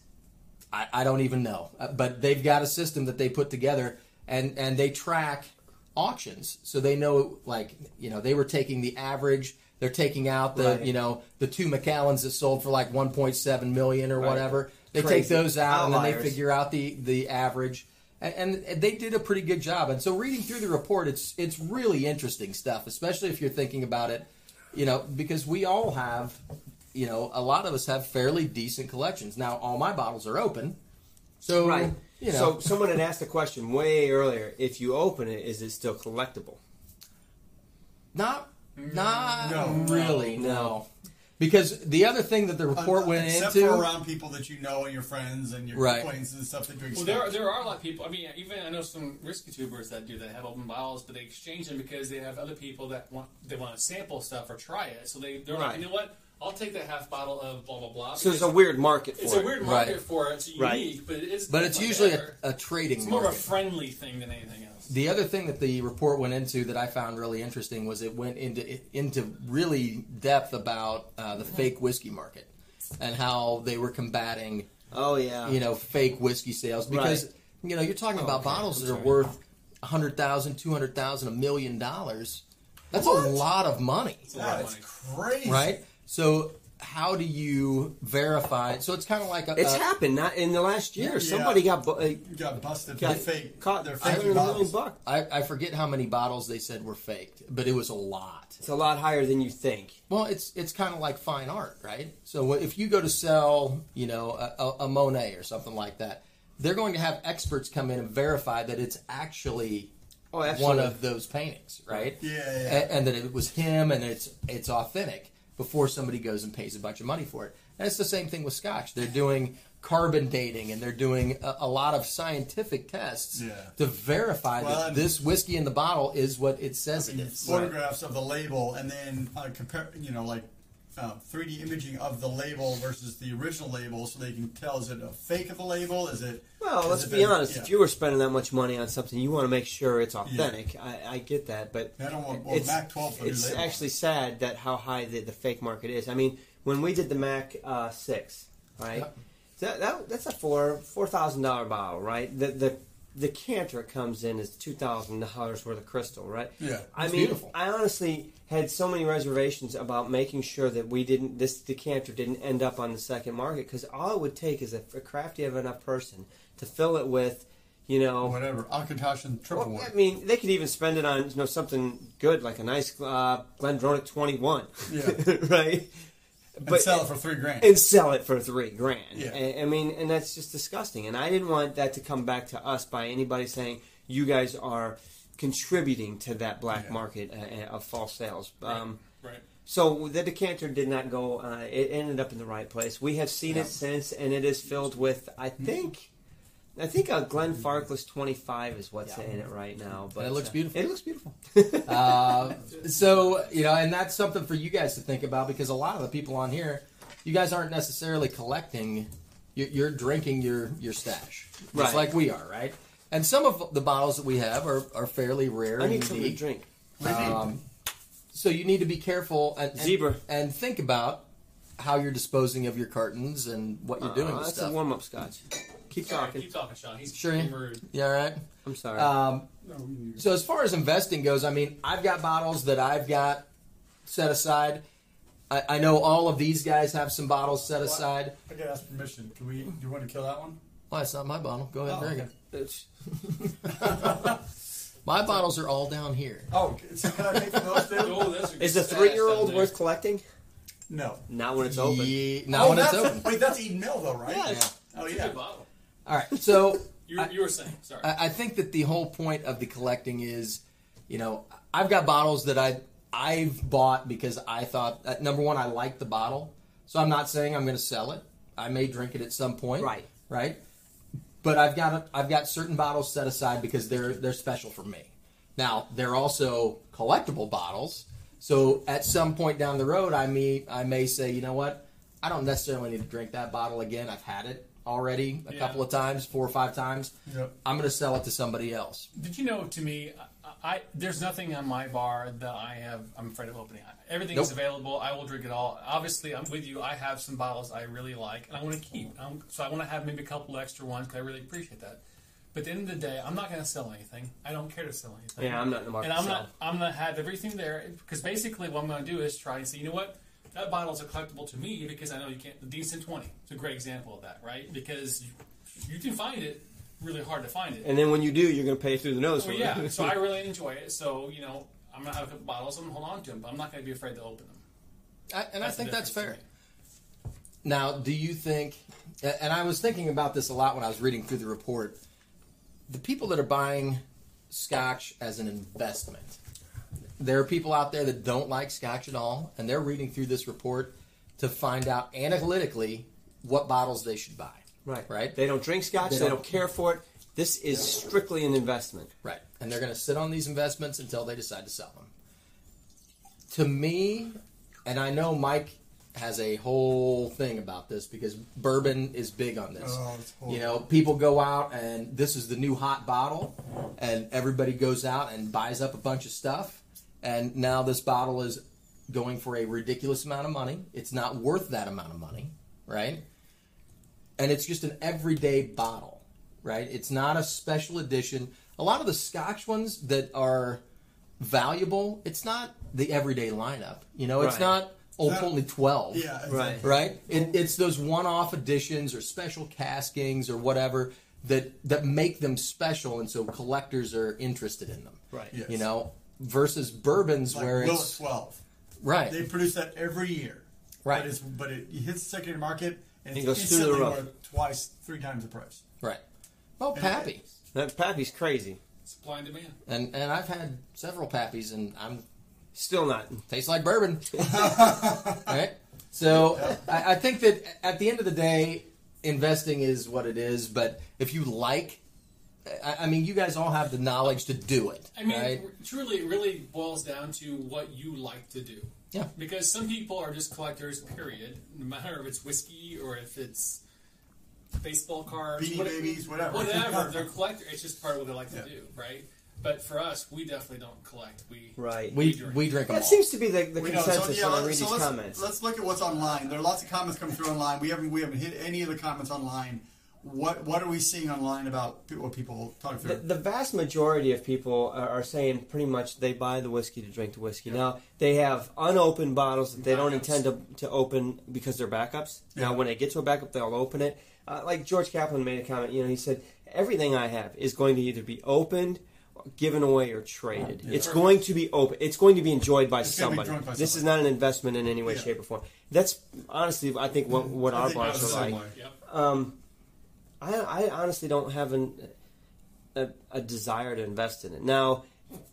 C: I, I don't even know, Uh, but they've got a system that they put together, and and they track auctions, so they know like you know they were taking the average, they're taking out the
D: Right.
C: you know the two McAllens that sold for like 1.7 million or whatever. They take
D: Crazy.
C: those out and then they
D: Outliers.
C: figure out the the average, and, and they did a pretty good job. And so reading through the report, it's it's really interesting stuff, especially if you're thinking about it, you know, because we all have. You know, a lot of us have fairly decent collections. Now, all my bottles are open, so
D: Right.
C: you know,
D: So someone had asked a question way earlier. If you open it, is it still collectible?
C: not not
B: No.
C: really
D: No.
C: no. because the other thing that the report went
B: Except
C: into
B: for around people that you know and your friends and your
C: Right.
B: acquaintances and stuff that you
A: Well,
B: expect.
A: there, there are a lot of people. I mean, even I know some risky tubers that do that have open bottles, but they exchange them because they have other people that want they want to sample stuff or try it. So they they're
D: Right.
A: like, you know what? I'll take that half bottle of blah blah blah.
D: So there's a
A: because
D: weird market for
A: it's
D: it.
A: a weird market
C: Right.
A: for it. It's unique,
D: Right.
A: but it is.
C: but it's
A: like
C: usually a,
A: that.
C: a trading
A: it's more of a
C: market.
A: friendly thing than anything else.
C: the other thing that the report went into that I found really interesting was it went into into really depth about uh, the
D: Uh-huh.
C: fake whiskey market and how they were combating
D: Oh, yeah.
C: you know fake whiskey sales because
D: Right. Oh,
C: you know you're talking about bottles that are
D: sorry.
C: worth a hundred thousand, two hundred thousand, a million dollars. That's a
B: What?
C: lot of money.
A: It's a lot of
B: That's
A: money.
B: crazy.
C: right? So how do you verify? So it's kind of like a, uh,
D: It's
C: a-
D: happened not in the last year.
B: Yeah.
D: Somebody got bu- uh,
B: You got busted for
D: got
B: fake.
D: caught.
B: They're
D: I
B: fake
D: million
B: bottles.
D: bucks.
C: I, I forget how many bottles they said were faked, but it was a lot.
D: It's a lot higher than you think.
C: Well, it's it's kind of like fine art, right? So wh- if you go to sell, you know, a, a, a Monet or something like that, they're going to have experts come in and verify that it's actually
D: Oh, absolutely.
C: one of those paintings, right?
B: Yeah, yeah,
C: A-
B: yeah.
C: And, that it was him, and it's it's authentic before somebody goes and pays a bunch of money for it. And it's the same thing with Scotch. They're doing carbon dating and they're doing a, a lot of scientific tests
B: Yeah.
C: to verify
B: Well,
C: that
B: and-
C: this whiskey in the bottle is what it says it is.
B: photographs of the label and then uh, compare, you know, like uh, 3D imaging of the label versus the original label, so they can tell is it a fake of the label? Is it?
D: Well,
B: has
D: let's
B: it
D: be
B: been-
D: honest.
B: yeah.
D: If you were spending that much money on something, you want to make sure it's authentic. I, I get that, but
B: I don't want- well, Mac 12 for new
D: It's
B: label.
D: actually sad that how high the, the fake market is. I mean, when we did the Mac uh, Six, right? That, that that's a four four thousand dollar bottle, right? The the the canter comes in is two thousand dollars worth of crystal, right?
B: Yeah.
D: I
C: It's
D: mean,
C: beautiful.
D: I honestly had so many reservations about making sure that we didn't this decanter didn't end up on the second market because all it would take is a, a crafty enough person to fill it with, you know.
B: whatever Akatosh and triple
D: Well,
B: one.
D: I mean, they could even spend it on you know something good like a nice uh, Glendronic Twenty One,
B: Yeah.
D: [LAUGHS] right?
B: and sell it for three grand.
D: and sell it for three grand.
B: Yeah.
D: I, I mean, and that's just disgusting. And I didn't want that to come back to us by anybody saying you guys are contributing to that black
B: Yeah.
D: market uh, uh, of false sales. Um,
E: Right.
D: so the decanter did not go. Uh, it ended up in the right place. We have seen it since, and it is filled with I
C: Mm-hmm.
D: think, I think a Glenfarclas twenty five is what's
C: Yeah.
D: in it right now. But
C: it looks
D: uh,
C: beautiful.
D: It looks beautiful. [LAUGHS]
C: [LAUGHS] Uh, so you know, and that's something for you guys to think about because a lot of the people on here, you guys aren't necessarily collecting. You're, you're drinking your your stash, just
D: Right.
C: like we are, right? And some of the bottles that we have are, are fairly rare.
D: I
C: and
D: need something to
C: unique.
D: drink.
C: Um, so you need to be careful and, and
D: Zebra.
C: and think about how you're disposing of your cartons and what you're doing
D: Uh,
C: with
D: that's
C: stuff.
D: a warm up scotch. Keep
E: Sorry,
D: talking.
E: keep talking, Sean. He's
C: Sure.
E: being rude.
C: yeah, all right.
D: I'm sorry.
C: Um,
B: No, we need to-
C: So as far as investing goes, I mean, I've got bottles that I've got set aside. I, I know all of these guys have some bottles set aside.
B: I gotta ask permission. Can we? Do you want to kill that one?
C: Well, that's not my bottle. Go ahead,
B: Oh,
C: and drink
B: okay.
C: it.
D: It's-
C: [LAUGHS] My bottles are all down here.
B: Oh, so can I make from those
A: [LAUGHS]
B: two?
E: Oh, that's
D: is a three year old worth collecting?
B: No.
D: Not when it's open.
C: Ye-
B: oh,
C: not when it's
B: that's-
C: open.
B: Wait, that's Eden Mill though, right?
D: Yeah.
B: Oh
E: Yeah.
B: yeah.
E: Bottle.
C: All right. So
E: You, you were saying. Sorry.
C: I, I think that the whole point of the collecting is, you know, I've got bottles that I I've bought because I thought uh, number one I like the bottle, so I'm not saying I'm going to sell it. I may drink it at some point,
D: Right.
C: Right. But I've got a, I've got certain bottles set aside because they're they're special for me. Now they're also collectible bottles, so at some point down the road, I may I may say, you know what, I don't necessarily need to drink that bottle again. I've had it already a
E: Yeah.
C: couple of times, four or five times.
B: Yep.
C: I'm going to sell it to somebody else.
E: Did you know? To me, I, I there's nothing on my bar that I have. I'm afraid of opening. Everything is
C: Nope.
E: available. I will drink it all. Obviously, I'm with you. I have some bottles I really like, and I want to keep. Um so I want to have maybe a couple extra ones because I really appreciate that. But at the end of the day, I'm not going to sell anything. I don't care to sell anything.
D: Yeah, I'm not in the market.
E: and I'm
D: to sell.
E: not. I'm gonna have everything there because basically what I'm gonna do is try and say, you know what, that bottle's a collectible to me because I know you can't. The Decent Twenty is a great example of that, right? Because you, you can find it really hard to find it.
D: And then when you do, you're going to pay through the nose.
E: Well,
D: for it.
E: Oh, yeah. so
C: [LAUGHS]
E: I really enjoy it. So you know, I'm gonna have a couple bottles. I'm gonna hold on to them, but I'm not gonna be afraid to open them.
C: I, and I
E: the
C: think that's
E: difference
C: fair. Now, do you think? a- And I was thinking about this a lot when I was reading through the report. The people that are buying Scotch as an investment, there are people out there that don't like Scotch at all, and they're reading through this report to find out analytically what bottles they should buy.
D: [LAUGHS] Right.
C: Right.
D: They don't drink scotch. They,
C: They
D: don't.
C: don't.
D: care for it. This is strictly an investment.
C: Right. And they're going to sit on these investments until they decide to sell them. To me, and I know Mike has a whole thing about this because bourbon is big on this.
B: Oh, it's horrible.
C: you know, people go out and this is the new hot bottle, and everybody goes out and buys up a bunch of stuff. And now this bottle is going for a ridiculous amount of money. It's not worth that amount of money, right? and it's just an everyday bottle, right? It's not a special edition. A lot of the Scotch ones that are valuable, it's not the everyday lineup. You know, it's
D: Right.
C: not Old
B: That-
C: Pulteney 12.
B: Yeah. it's-
D: Right.
C: Right? It, it's those one off editions or special caskings or whatever that, that make them special, and so collectors are interested in them.
D: Right.
B: Yes.
C: You know, versus bourbons
B: Like
C: where
B: Will
C: it's.
B: twelve.
C: Right.
B: They produce that every year.
C: Right.
B: But, it's, but it hits the secondary market and
D: It
B: it's
D: goes through the
B: instantly
D: roof.
B: worth twice, three times the price.
C: right. Well, Pappy.
D: That Pappy's crazy.
E: Supply and demand.
C: And, and I've had several Pappies, and I'm
D: Still not.
C: tastes
B: [LAUGHS]
C: like bourbon. right? So I, I think that at the end of the day, investing is what it is, but if you like, I, I mean, you guys all have the knowledge to do it,
A: I mean,
C: right?
A: r- truly, it really boils down to what you like to do.
C: Yeah.
A: Because some people are just collectors, period. No matter if it's whiskey or if it's baseball cards,
B: Beanie
A: what-
B: Babies, whatever. [LAUGHS]
A: whatever. They're collector. It's just part of what they like
B: Yeah.
A: to do, right? But for us, we definitely don't collect. We
D: Right.
C: We
A: drink.
C: we drink them all.
D: That seems to be the, [LAUGHS] the
B: We don't. So,
D: consensus
B: yeah,
D: when I
B: let's-
D: read
B: so
D: these
B: let's,
D: comments.
B: let's look at what's online. There are lots of comments coming through online. We haven't we haven't hit any of the comments online. What what are we seeing online about pe- what people talking
D: the,
B: through?
D: the vast majority of people are, are saying pretty much they buy the whiskey to drink the whiskey. Now they have unopened bottles that they don't
A: Backups.
D: intend to, to open because they're backups.
B: Yeah.
D: Now when they get to a backup, they'll open it. Uh, like George Kaplan made a comment. You know, he said everything I have is going to either be opened. Given away or traded, it's going to be open. It's going to be enjoyed by,
B: It's gonna be
D: somebody.
B: drunk by
D: This is
B: somebody.
D: not an investment in any way,
B: Yeah.
D: shape, or form. That's honestly, I think, what what
B: I
D: our
B: think I
D: bars
B: was the
D: are
B: same
D: like.
B: way.
A: Yep.
D: Um, I, I honestly don't have an, a, a desire to invest in it now.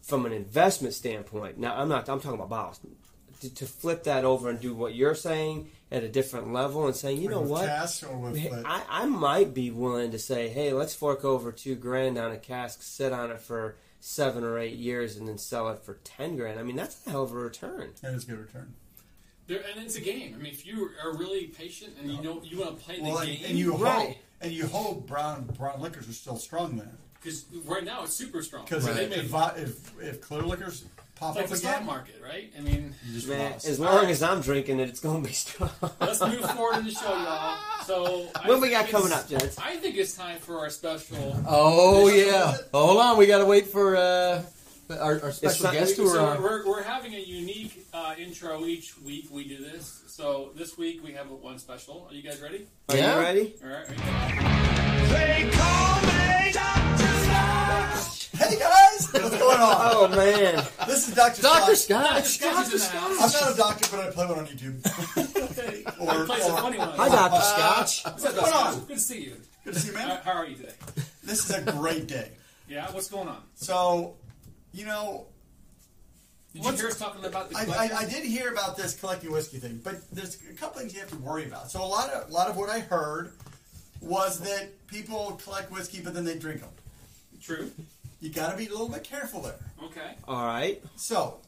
D: From an investment standpoint, now I'm not. I'm talking about bottles. To, to flip that over and do what you're saying at a different level and saying, you know
B: with
D: what,
B: Cash or with,
D: Hey,
B: uh,
D: I, I might be willing to say, hey, let's fork over two grand on a cask, sit on it for seven or eight years, and then sell it for ten grand. I mean, that's a hell of a return.
B: that is a good return.
A: There, and it's a game. I mean, if you are really patient and you know you want to play the
B: Well, and,
A: game,
B: and you hope
D: Right.
B: and you hope brown brown liquors are still strong there
A: because right now it's super strong.
B: because
A: They
B: if,
A: made-
B: if, I- if if clear liquors pop
A: it's like
B: up
A: the stock
B: again,
A: market, right? I mean,
B: you just
D: Man,
B: lost.
D: as long as I'm drinking it, it's going to be [LAUGHS] strong.
A: let's move forward in the show, y'all. So I
D: What we got
A: think
D: coming
A: it's-
D: up, Jets?
A: I think it's time for our special.
C: Oh yeah, hold on, we gotta wait for uh, our, our special
D: not-
C: guest who are
A: so
C: on.
A: we're, we're having a unique uh, intro each week we do this. So this week we have one special. Are you guys ready?
D: Are
C: Yeah.
D: you ready?
A: All right. Are you
B: hey guys, what's going on?
D: Oh man,
B: This is Doctor
C: Doctor
B: Scott.
C: Scott.
A: Scott's in the
B: I'm
A: house.
B: not a doctor, but I play one on
A: [LAUGHS]
B: YouTube. or,
A: He plays a
B: or-
A: funny one.
D: I
A: What's
D: got the scotch.
A: up,
B: What's
A: Scott?
B: going on?
A: Good to see you.
B: Good to see you,
A: How,
B: man.
A: how are you today?
B: This is a great day.
A: Yeah. What's going on?
B: So, you know,
A: Did
B: What's-
A: you hear us talking about the?
B: I, I,
A: collection?
B: I did hear about this collecting whiskey thing, but there's a couple things you have to worry about. So a lot of a lot of what I heard was that people collect whiskey, but then they drink them.
A: True.
B: You got to be a little bit careful there.
A: Okay.
D: All right.
B: So,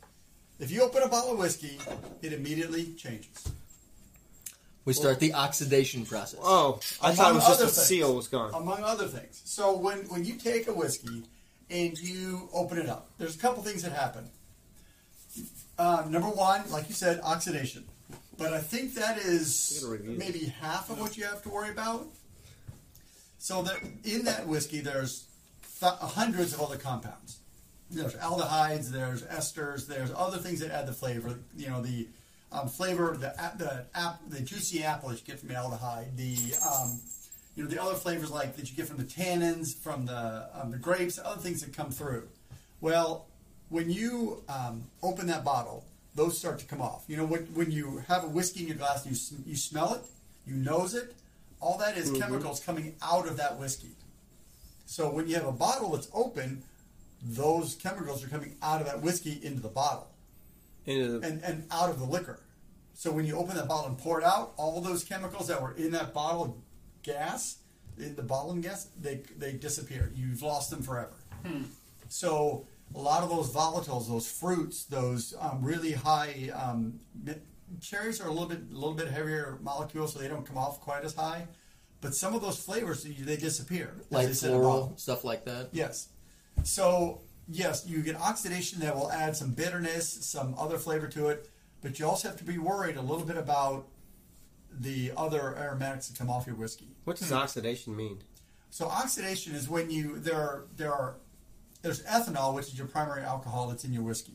B: if you open a bottle of whiskey, it immediately changes.
C: We start the oxidation process.
D: Oh, I
B: Among
D: thought it was just
B: other
D: a
B: things.
D: seal was gone.
B: among other things. So when when you take a whiskey and you open it up, there's a couple things that happen. Um, number one, like you said, oxidation. But I think that is
D: gotta review
B: maybe half of what you have to worry about. So that in that whiskey, there's th- uh, hundreds of other compounds. There's aldehydes, there's esters, there's other things that add the flavor. You know the um, flavor, the a- the ap- the juicy apple that you get from the aldehyde, the um, you know the other flavors like that you get from the tannins, from the um, the grapes, other things that come through. Well, when you um, open that bottle, those start to come off. You know when when you have a whiskey in your glass, and you sm- you smell it, you nose it. All that is chemicals coming out of that whiskey. So when you have a bottle that's open, those chemicals are coming out of that whiskey into the bottle
D: Into the-
B: and, and out of the liquor. So when you open that bottle and pour it out, all those chemicals that were in that bottle of gas, in the bottle and gas, they, they disappear. You've lost them forever. So a lot of those volatiles, those fruits, those um, really high um, mi- cherries are a little bit a little bit heavier molecules, so they don't come off quite as high. But some of those flavors they disappear. as
C: like
B: they sit in a bottle.
C: floral stuff like that.
B: Yes. So yes, you get oxidation that will add some bitterness, some other flavor to it, but you also have to be worried a little bit about the other aromatics that come off your whiskey.
D: what does oxidation mean?
B: So oxidation is when you there are there are there's ethanol, which is your primary alcohol that's in your whiskey.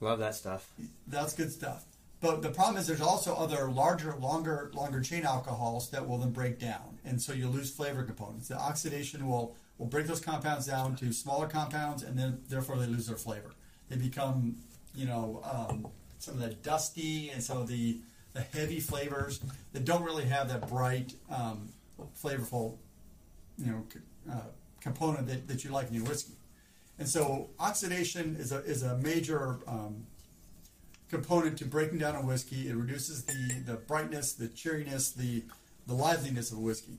D: Love that stuff.
B: That's good stuff. But the problem is there's also other larger, longer, longer chain alcohols that will then break down, and so you lose flavor components. The oxidation will will break those compounds down to smaller compounds, and then therefore they lose their flavor. They become, you know, um, some of the dusty and some of the the heavy flavors that don't really have that bright, um, flavorful, you know, c- uh, component that, that you like in your whiskey. And so oxidation is a is a major um, component to breaking down a whiskey. It reduces the, the brightness, the cheeriness, the the liveliness of a whiskey.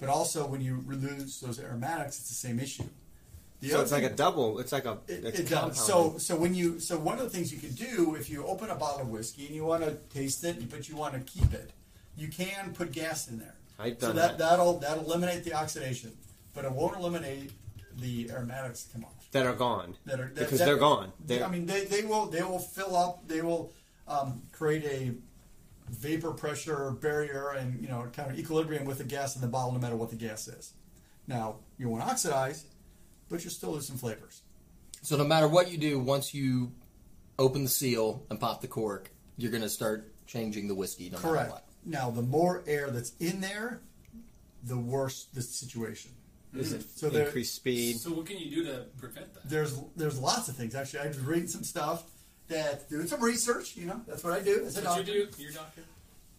B: But also, when you lose those aromatics, it's the same issue. The
D: So
B: other
D: it's like a
B: thing-
D: double. It's like a.
B: it,
D: it's
B: it does. So
D: compounding.
B: so when you so one of the things you can do if you open a bottle of whiskey and you want to taste it, but you want to keep it, you can put gas in there.
D: I've
B: so
D: done
B: that,
D: that.
B: that'll that'll eliminate the oxidation, but it won't eliminate the aromatics that come off
D: that are gone
B: that are that,
D: because
B: that-
D: they're gone. They,
B: I mean, they, they will they will fill up. They will um, create a vapor pressure barrier and you know kind of equilibrium with the gas in the bottle, no matter what the gas is. Now you want to oxidize, but you're still losing flavors.
C: So no matter what you do, once you open the seal and pop the cork, you're going to start changing the whiskey. No matter
B: Correct.
C: what.
B: Now the more air that's in there, the worse the situation.
A: Mm-hmm.
D: is it
B: So there-
D: increased speed?
A: So what can you do to prevent that?
B: there's there's lots of things. Actually, I was reading some stuff that doing some research. You know, that's what I do. as a
A: That's what you
B: doctor.
A: do. You're a doctor.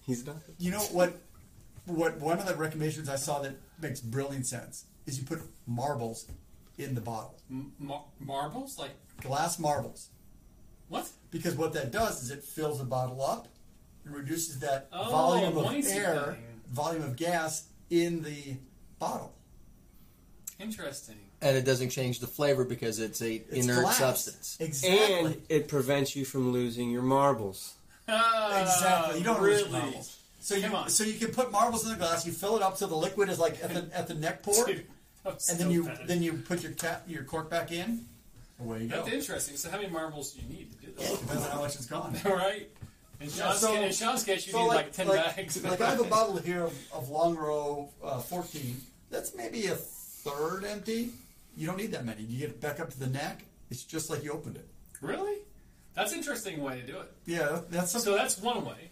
D: He's not.
B: You know what? What one of the recommendations I saw that makes brilliant sense is you put marbles in the bottle,
A: M- mar- marbles? Like
B: glass marbles,
A: what?
B: because what that does is it fills the bottle up and reduces that
A: Oh,
B: volume of
A: noisy
B: air,
A: thing.
B: volume of gas in the bottle.
A: Interesting. [LAUGHS]
C: And it doesn't change the flavor because it's a
B: It's
C: inert
B: glass.
C: substance.
B: Exactly.
D: And it prevents you from losing your marbles.
B: Exactly. You don't
A: uh, really.
B: lose marbles. So
A: Come
B: you
A: on.
B: so you can put marbles in the glass. You fill it up so the liquid is like at the at the
A: [LAUGHS]
B: neck port,
A: Dude, I'm so
B: and then you
A: bad.
B: then you put your cap your cork back in. Away you go.
A: That's interesting. So how many marbles do you need to do this?
B: Depends on how much is gone.
A: [LAUGHS] All right. In Sean's,
B: so-
A: ca- in Sean's case, you need like, ten bags.
B: [LAUGHS]
A: [LAUGHS]
B: Like I have a bottle here of, of Long Row uh, 14. That's maybe a third empty. You don't need that many. You get it back up to the neck. It's just like you opened it.
A: really? That's an interesting way to do it.
B: Yeah, that's something.
A: So that's one way.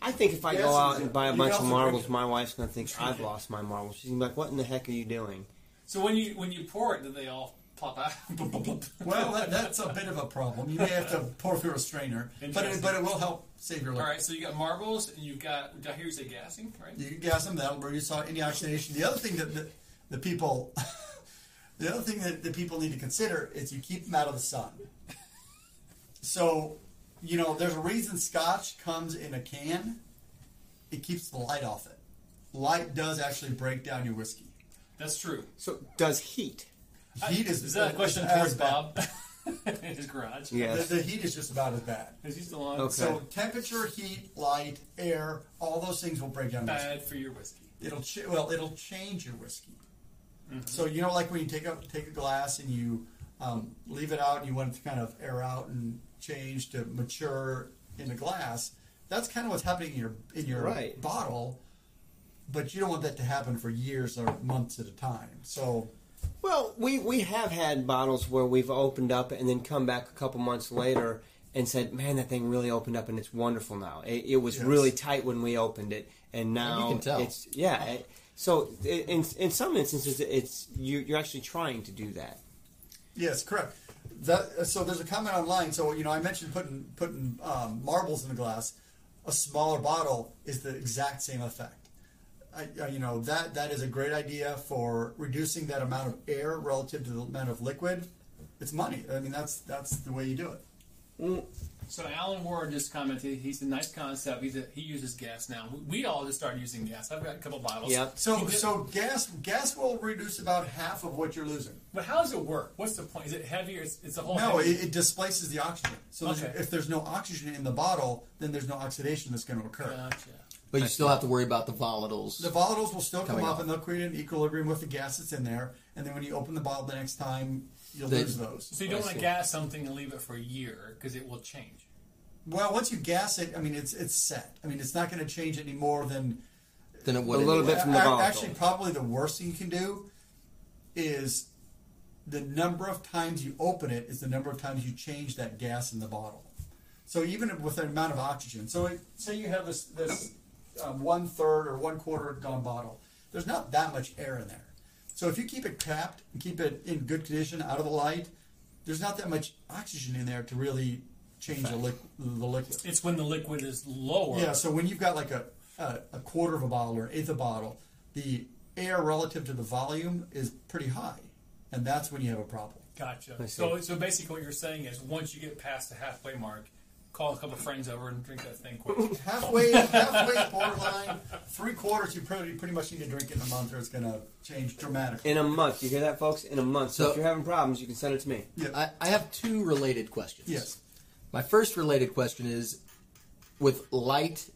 D: I think if I
B: Yes,
D: go out
B: you
D: and buy a
B: can
D: bunch of
B: also
D: marbles,
B: drink it.
D: my wife's gonna think I've lost my marbles. She's gonna be like, "What in the heck are you doing?"
A: So when you when you pour it, do they all pop out? [LAUGHS] Blub, blub, blub.
B: well, that, that's a bit of a problem. You may have to pour through a strainer, but it,
A: Interesting.
B: but it will help save your
A: all
B: life.
A: right. So you got marbles, and you've got. I hear you say gassing, right?
B: You can gas them. That'll reduce any oxidation. The other thing that the, the people, [LAUGHS] the other thing that the people need to consider is you keep them out of the sun. So, you know, there's a reason Scotch comes in a can. It keeps the light off it. Light does actually break down your whiskey.
A: That's true.
D: So does heat?
B: Heat is,
A: Is that a question
B: as
A: towards
B: bad.
A: Bob? [LAUGHS] in his garage.
D: Yes.
B: The, the heat is just about as bad.
A: Is he still on?
D: Okay.
B: So temperature, heat, light, air, all those things will break down. Whiskey.
A: Bad for your whiskey.
B: It'll ch- well, it'll change your whiskey. So you know, like when you take a take a glass and you um, leave it out and you want it to kind of air out and change to mature in the glass. That's kind of what's happening in your in your
D: Right.
B: bottle, but you don't want that to happen for years or months at a time. So
D: Well, we we have had bottles where we've opened up and then come back a couple months later and said, "Man, that thing really opened up and it's wonderful now. It, it was
B: Yes.
D: really tight when we opened it, and now
C: can tell.
D: it's yeah." It, so i- in in some instances, it's you you're actually trying to do that.
B: Yes, correct. That, so there's a comment online. So you know, I mentioned putting putting um, marbles in the glass. A smaller bottle is the exact same effect. I, I, you know that that is a great idea for reducing that amount of air relative to the amount of liquid. It's money. I mean, that's that's the way you do it.
A: So Alan Ward just commented. He said, "Nice concept. He's a, he uses gas now. We- We all just started using gas. I've got a couple bottles.
D: Yep.
B: So so gas gas will reduce about half of what you're losing.
A: But how does it work? What's the point? Is it heavier? It's, it's a whole.
B: No,
A: heavy-
B: it, it displaces the oxygen. So there's-
A: Okay.
B: if there's no oxygen in the bottle, then there's no oxidation that's going to occur.
A: Gotcha.
C: But you still have to worry about the volatiles.
B: The volatiles will still come
C: Coming
B: up,
C: up.
B: and they'll create an equilibrium with the gas that's in there. And then when you open the bottle the next time, you'll
C: They-
B: lose those.
A: So you don't
D: Oh, I
A: want to
D: see.
A: gas something and leave it for a year because it will change.
B: Well, once you gas it, I mean, it's it's set. I mean, it's not going to change any more than
C: then it would
D: A little
C: anyway.
D: bit from the
B: a- a-
D: volatile.
B: Actually, probably the worst thing you can do is the number of times you open it is the number of times you change that gas in the bottle. So even with the amount of oxygen, so it, say you have this this um, one third or one quarter gone bottle, there's not that much air in there. So if you keep it capped and keep it in good condition, out of the light, there's not that much oxygen in there to really change the, liqu- the liquid.
A: It's when the liquid is lower.
B: Yeah, so when you've got like a, a, a quarter of a bottle or an eighth of a bottle, the air relative to the volume is pretty high. And that's when you have a problem.
A: Gotcha.
D: I see.
A: So so basically, what you're saying is once you get past the halfway mark,
E: call a couple friends over and drink that thing quick.
B: halfway, halfway [LAUGHS] borderline, three quarters. You pretty, pretty much need to drink it in a month, or it's going to change dramatically.
D: In a month, you hear that, folks? In a month. So,
C: So-
D: if you're having problems, you can send it to me.
B: Yeah.
C: I, I have two related questions.
B: yes.
C: My first related question is with light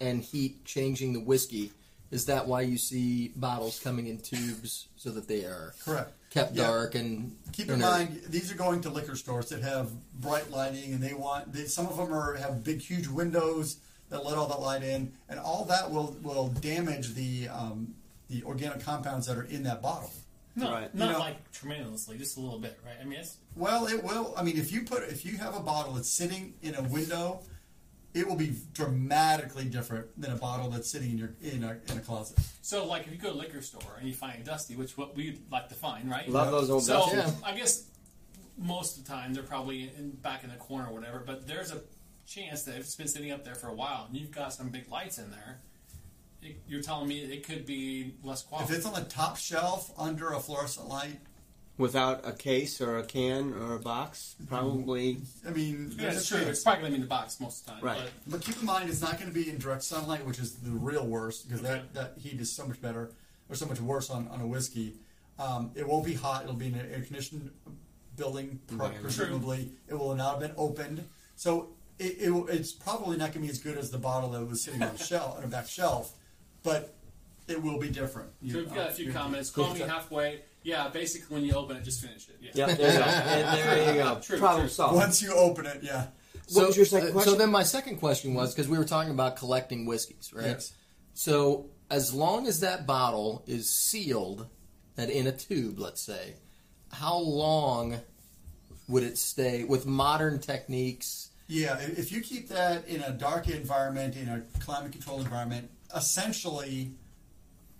C: and heat changing the whiskey, is that why you see bottles coming in tubes so that they are
B: Correct.
C: kept
B: Yeah.
C: dark and
B: Keep
C: and
B: in
C: are-
B: mind, these are going to liquor stores that have bright lighting, and they want they, some of them are have big, huge windows that let all that light in, and all that will will damage the um, the organic compounds that are in that bottle.
E: No,
D: Right.
E: not
B: You know-
E: like tremendously, just a little bit, right? I mean, it's,
B: Well, it will. I mean, if you put if you have a bottle that's sitting in a window, it will be dramatically different than a bottle that's sitting in your in a in a closet.
E: so like if you go to a liquor store and you find dusty, which what we like to find, right?
D: Love those old
E: So
D: dusties.
C: Yeah.
E: I guess most of the time they're probably in, back in the corner or whatever. But there's a chance that if it's been sitting up there for a while and you've got some big lights in there, it, you're telling me it could be less
B: If
E: quality.
B: it's on the top shelf under a fluorescent light,
D: Without a case or a can or a box, probably.
B: I mean,
E: yeah,
B: there's
E: it's
B: a
E: true.
B: chance.
E: It's probably going to be in the box most of the time.
D: Right.
E: But
B: But keep in mind, it's not going to be in direct sunlight, which is the real worst because
E: Okay.
B: that, that heat is so much better or so much worse on, on a whiskey. Um, it won't be hot. It'll be in an air conditioned building, pre-
D: Environment.
E: True.
B: presumably. It will not have been opened. So it, it, will- it's probably not going to be as good as the bottle that was sitting on
E: [LAUGHS]
B: the shelf, on a back shelf, but it will be different.
E: so
B: You-
E: we've got a few
B: you- uh, [LAUGHS]
E: comments. Call me halfway. Yeah, basically when you open it, just finish it. Yeah.
D: Yep, there you go. And there you go.
E: True,
D: Problem
E: true.
D: solved.
B: Once you open it, yeah.
C: So,
D: was your second
C: uh,
D: question?
C: So then my second question was because we were talking about collecting whiskeys, right?
B: Yes.
C: So as long as that bottle is sealed and in a tube, let's say, how long would it stay with modern techniques?
B: Yeah, i- if you keep that in a dark environment, in a climate controlled environment, essentially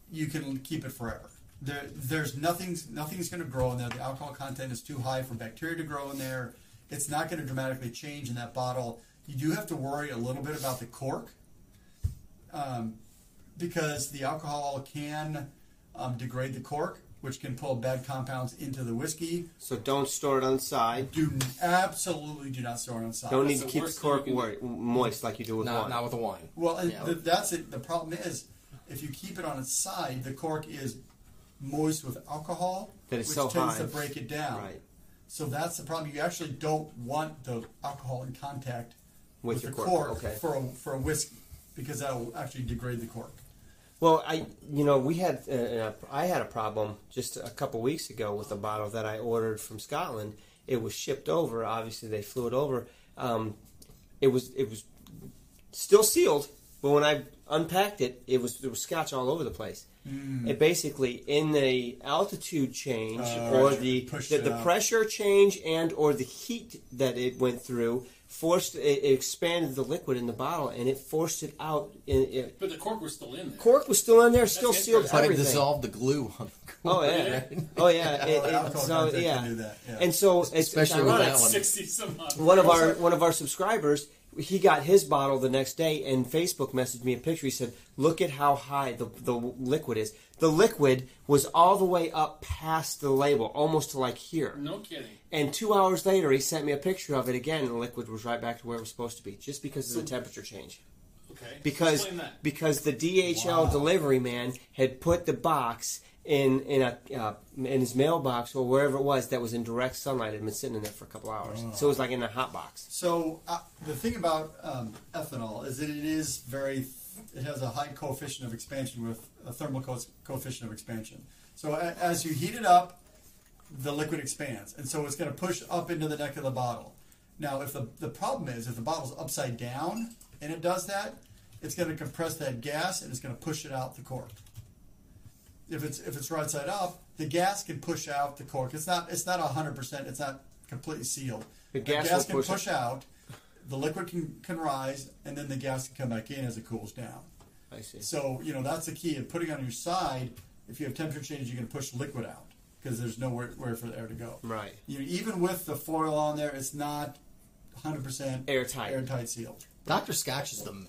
B: you can keep it forever. There, there's nothing's nothing's going to grow in there. The alcohol content is too high for bacteria to grow in there. It's not going to dramatically change in that bottle. You do have to worry a little bit about the cork um, because the alcohol can um, degrade the cork, which can pull bad compounds into the whiskey.
D: So don't store it on the side.
B: Do absolutely do not store it on side.
D: Don't need
E: That's
D: to
E: the
D: keep the
E: worst
D: cork
E: thing you
D: wor- moist like you do with
C: Not,
D: wine.
C: not with a wine.
B: Well, and
C: Yeah.
B: th- that's it. The problem is, if you keep it on its side, the cork is moist with alcohol,
D: That is
B: which
D: so
B: tends
D: high.
B: to break it down.
D: Right.
B: So that's the problem. You actually don't want the alcohol in contact
D: With
B: with,
D: your
B: the
D: cork,
B: cork,
D: okay.
B: for a, for a whiskey because that will actually degrade the cork.
D: Well, I you know we had uh, uh, I had a problem just a couple weeks ago with a bottle that I ordered from Scotland. It was shipped over. Obviously, they flew it over. Um, it was it was still sealed, but when I unpacked it, it was there was scotch all over the place.
B: Mm.
D: It basically in the altitude change
B: Uh,
D: or
B: pressure
D: the
B: pushed
D: the,
B: it
D: the
B: out.
D: pressure change and or the heat that it went through forced it, it expanded the liquid in the bottle and it forced it out. In, it,
E: But the cork was still in there.
D: cork was still in there, still
E: That's
D: sealed
E: interesting.
C: But it
D: everything.
C: dissolved the glue on the
D: [LAUGHS] oh
C: cork,
D: yeah,
C: right?
B: Well,
D: oh yeah,
B: the
D: It- it-
B: alcohol
D: so
B: content
D: yeah.
B: can do that, yeah.
D: and so it's, it's
C: Especially with
D: ironic.
C: that one.
E: 60 some odd.
D: One of our one of our subscribers, he got his bottle the next day, and Facebook messaged me a picture. He said, "Look at how high the the liquid is. The liquid was all the way up past the label, almost to like here."
E: No kidding.
D: And two hours later, he sent me a picture of it again, and the liquid was right back to where it was supposed to be, just because of the temperature change
E: Okay.
D: because
E: Explain that.
D: because the DHL
B: Wow.
D: delivery man had put the box in in a uh, in his mailbox or wherever it was that was in direct sunlight. It had been sitting in there for a couple hours,
C: Oh.
D: so it was like in a hot box.
B: So uh, the thing about um, ethanol is that it is very, it has a high coefficient of expansion with a thermal co- coefficient of expansion. So a- as you heat it up, the liquid expands, and so it's going to push up into the neck of the bottle. Now, if the the problem is if the bottle's upside down and it does that, it's going to compress that gas and it's going to push it out the cork. If it's if it's right side up, the gas can push out the cork. It's not it's not hundred percent. It's not completely sealed.
D: The gas will
B: can
D: push
B: push,
D: it.
B: out. The liquid can, can rise, and then the gas can come back in as it cools down.
D: I see.
B: So you know that's the key. And putting it on your side, if you have temperature change, you can push liquid out because there's nowhere where for the air to go.
D: Right.
B: You know, even with the foil on there, it's not 100%
D: Airtight.
B: airtight sealed.
C: Dr. Scotch is the man.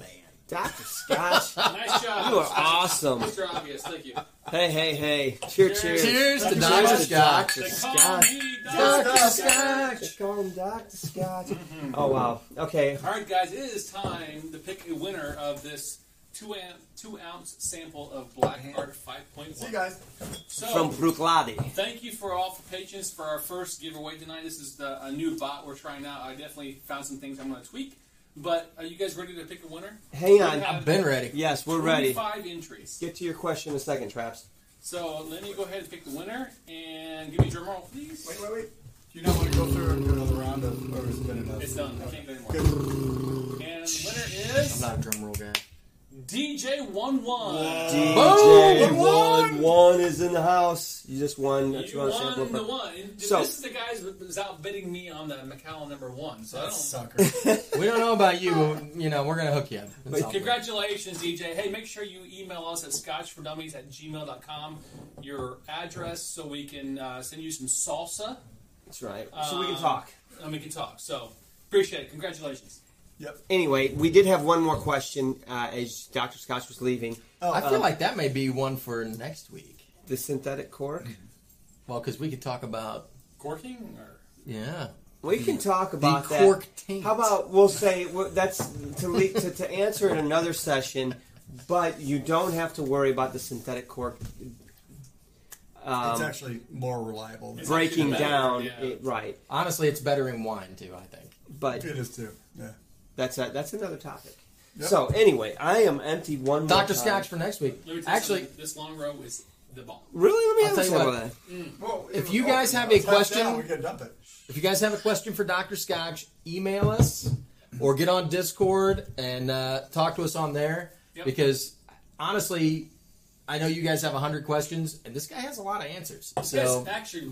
D: Dr. Scotch,
A: Nice job.
D: you are awesome.
A: Mr. Obvious, thank you.
D: Hey, hey, hey. Cheer, cheers.
C: Cheers to
D: Cheers
C: Dr.
D: to Dr.
C: Scotch.
A: They call
D: Scotch.
A: me Dr.
C: Dr.
A: Scotch.
C: Scotch.
D: Call him Dr. Scotch. Oh, wow. Okay.
A: All right, guys, it is time to pick a winner of this two, amp, two ounce sample of Black Art 5.1.
B: See you guys.
A: So,
D: From Bruclade.
A: Thank you for all for patience for our first giveaway tonight. This is the, a new bot we're trying out. I definitely found some things I'm going to tweak. But are you guys ready to pick a winner?
D: Hang on.
C: I've been ready.
D: Yes, we're ready.
A: Five entries.
D: Get to your question in a second, Traps.
A: So let me go ahead and pick the winner and give me a drum roll, please.
B: Wait, wait, wait. Do you not want to go through and do another round of, or has it been enough?
A: It's done. I can't do anymore.
B: Good.
A: And the winner
C: I'm
A: is
C: not a drum roll guy.
A: DJ One One. Oh,
D: DJ
C: we
D: one
C: won!
D: one is in the house. You just won a
A: You
D: two ounce sample.
A: won
D: of
A: the
D: Bru-
A: one.
D: So-
A: this is the guy who was outbidding me on the McCallum number one. So I
B: That
A: don't.
B: sucker.
C: We don't know about you, but, you know, we're going to hook you up. It's all good.
A: Congratulations, DJ. Hey, make sure you email us at scotchfordummies at gmail.com your address so we can uh, send you some salsa
D: That's right. so we can
A: Um,
D: talk.
A: and we can talk. So, appreciate it. Congratulations.
D: Anyway, we did have one more question uh, as Dr. Scotch was leaving.
C: I feel
D: Um,
C: like that may be one for next week.
D: The synthetic cork.
C: Well, because we could talk about,
A: Corking? Or?
C: yeah,
D: We can talk
C: the
D: about that.
C: cork taint.
D: How about we'll say well, that's to, le- to to answer in another session, but you don't have to worry about the synthetic cork.
B: it's
D: Um,
B: actually more reliable. Than
D: breaking
A: Better,
D: down,
A: yeah.
D: it, right?
C: Honestly, it's better in wine, too, I think.
D: But
B: it is too. Yeah.
D: that's a, that's another topic.
B: Yep.
D: So anyway, I am empty one. more
C: Dr.
D: time.
C: Scotch for next week.
A: Let me tell you
C: Actually,
A: something. this long row is the bomb.
D: Really, let me
C: I'll
D: have
C: tell
D: a
C: you
D: sip of
C: what.
D: that.
B: Well,
C: If you guys have a question-
B: down, we can dump it.
C: If you guys have a question for Dr. Scotch, email us or get on Discord and uh, talk to us on there.
A: Yep.
C: Because honestly, I know you guys have 100 questions, and this guy has a lot of answers. So
A: yes, actually,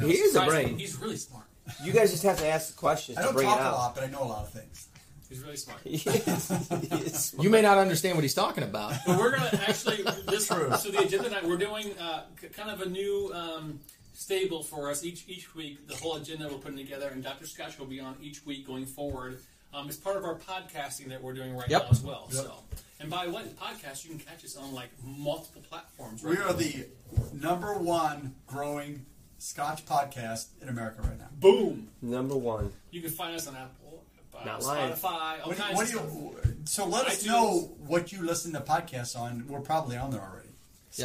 D: He is a
A: surprised
D: brain.
A: me. He's really smart.
D: You guys just have to ask the questions
B: I
D: to
B: don't
D: bring
B: talk
D: it
B: a
D: out.
B: lot, but I know a lot of things.
A: He's really smart.
D: [LAUGHS] Yes.
C: you may not understand what he's talking about.
A: But we're gonna actually this
B: True.
A: so the agenda tonight we're doing uh, k- kind of a new um, stable for us each each week. The whole agenda we're putting together, and Dr. Scotch will be on each week going forward. Um, it's part of our podcasting that we're doing right
C: Yep.
A: now as well. So, and by what podcast you can catch us on like multiple platforms. Right
B: We are the number one growing Scotch podcast in America right now.
A: boom.
D: Number one.
A: You can find us on Apple, uh,
D: Not lying.
A: Spotify, all
B: What do,
A: kinds
B: you- what
A: of
B: do
A: stuff.
B: you, so let us
A: iTunes.
B: know what you listen to podcasts on. We're probably on there already.
C: Yep.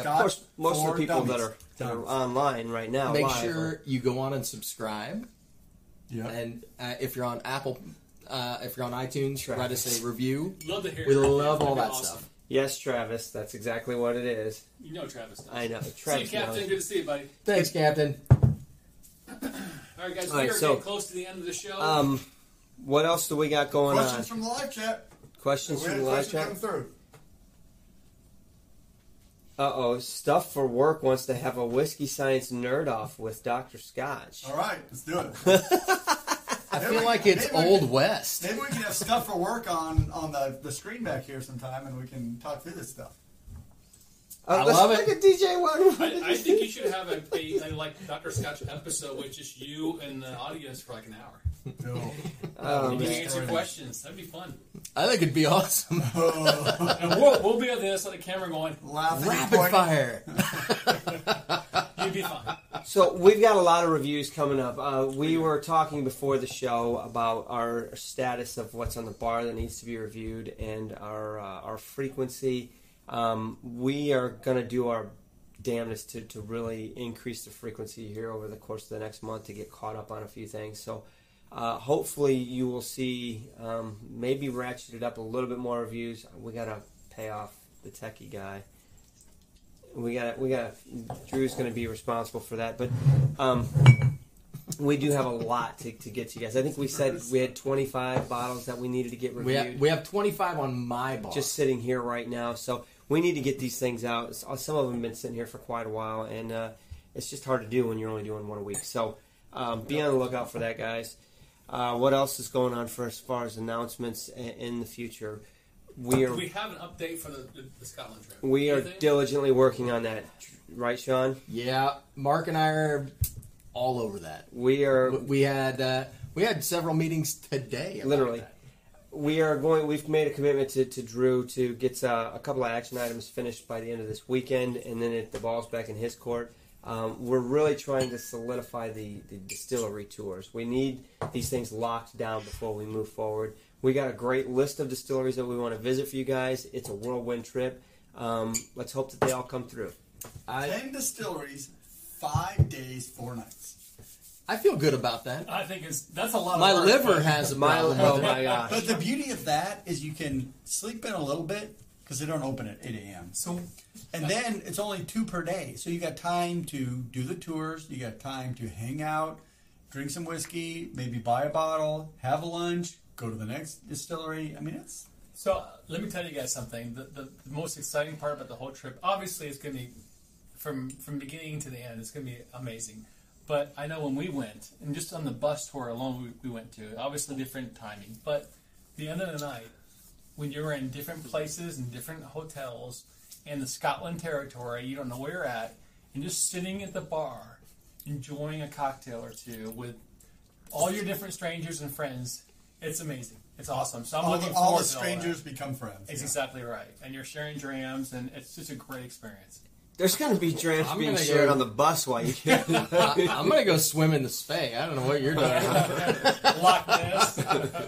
D: Of
B: Scotch
D: course, most of
B: for
D: the people that
B: Dummies.
D: are that are
B: Dummies.
D: online right now.
C: Make
D: live
C: sure
D: are-
C: you go on and subscribe.
B: Yep.
C: And uh, if you're on Apple, uh, if you're on iTunes,
D: Right.
C: write us a review.
A: Love to hear.
C: We
A: it.
C: love
A: That'd
C: all
A: be
C: that
A: awesome.
C: stuff.
D: Yes, Travis. That's exactly what it is.
A: You know, Travis. Does.
D: I know.
A: See you,
D: Travis.
A: Captain.
D: knows.
A: Good to see you, buddy.
C: Thanks, Captain.
A: All right, guys.
D: All
A: we
D: right,
A: are
D: so-
A: getting close to the end of the show.
D: Um, what else do we got going
B: Questions
D: on? uh,
B: from the live chat.
D: Questions
B: we had
D: from
B: a
D: the live
B: question
D: chat.
B: come through.
D: Uh oh, stuff for work wants to have a whiskey science nerd off with Doctor Scotch.
B: All right, let's
D: [LAUGHS]
B: do it.
C: I feel like it's Old West.
B: Maybe we can have stuff for work on on the, the screen back here sometime, and we can talk through this
D: [LAUGHS]
B: stuff.
D: Uh,
C: I
D: let's
C: love
D: look
C: it.
D: At DJ one.
A: I, I think you should have a, a, a, like Dr. Scotch episode with just you and the audience for like an hour.
B: No.
A: You
D: Um,
A: can
B: man.
A: answer questions. That'd be fun.
C: I think it'd be [LAUGHS] awesome.
B: Oh,
A: And we'll, we'll be on the other side of the camera going,
B: laughing
C: Rapid
B: point.
C: fire. [LAUGHS]
A: you'd be fine.
D: so we've got a lot of reviews coming up. Uh, we were talking before the show about our status of what's on the bar that needs to be reviewed and our uh, our frequency. Um, we are gonna do our damnedest to, to really increase the frequency here over the course of the next month to get caught up on a few things. So uh, hopefully you will see um, maybe ratcheted up a little bit more reviews. We gotta pay off the techie guy. We got we got Drew's gonna be responsible for that, but um, we do have a lot to, to get to you guys. I think we said we had 25 bottles that we needed to get reviewed
C: We have, we have 25 on my bar.
D: just sitting here right now. So we need to get these things out. S- uh, Some of them have been sitting here for quite a while, and uh, it's just hard to do when you're only doing one a week. So um, be on the lookout for that, guys. Uh, what else is going on for as far as announcements in, in the future? We are
A: We have an update for the, the, the Scotland trip.
D: we are
A: Anything?
D: diligently working on that, right, Sean?
C: Yeah, Mark and I are all over that.
D: We are
C: We had uh, we had several meetings today. about
D: literally.
C: that.
D: we are going. We've made a commitment to, to Drew to get uh, a couple of action items finished by the end of this weekend, and then it, the ball's back in his court. Um, we're really trying to solidify the, the distillery tours. We need these things locked down before we move forward. We got a great list of distilleries that we want to visit for you guys. It's a whirlwind trip. Um, let's hope that they all come through. I,
B: Ten distilleries, five days, four nights.
C: I feel good about that.
A: I think it's that's a lot.
C: My
A: of work,
C: liver
A: but-
C: has a
D: my,
C: problem.
D: oh
C: with it.
D: my gosh.
B: But the beauty of that is you can sleep in a little bit because they don't open at 8 a.m.
A: So
B: And then it's only two per day. So you got time to do the tours, you got time to hang out, drink some whiskey, maybe buy a bottle, have a lunch, go to the next distillery. I mean, it's
A: So uh, let me tell you guys something. The, the, the most exciting part about the whole trip, obviously, it's going to be from from beginning to the end. It's going to be amazing. But I know when we went, and just on the bus tour alone, we, we went to obviously different timing. But the end of the night, when you're in different places and different hotels in the Scotland territory, you don't know where you're at, and just sitting at the bar, enjoying a cocktail or two with all your different strangers and friends. It's amazing. It's awesome. So I'm
B: all,
A: looking
B: the,
A: forward
B: all the
A: to all that.
B: strangers become friends.
A: It's
B: Yeah.
A: exactly right. And you're sharing drams, and it's just a great experience.
D: There's going to be drinks
C: I'm
D: being
C: gonna
D: shared
C: go-
D: on the bus while you get
C: I, I'm gonna go swim in the spay. I don't know what
D: [LAUGHS]
C: you're doing.
A: Loch Ness.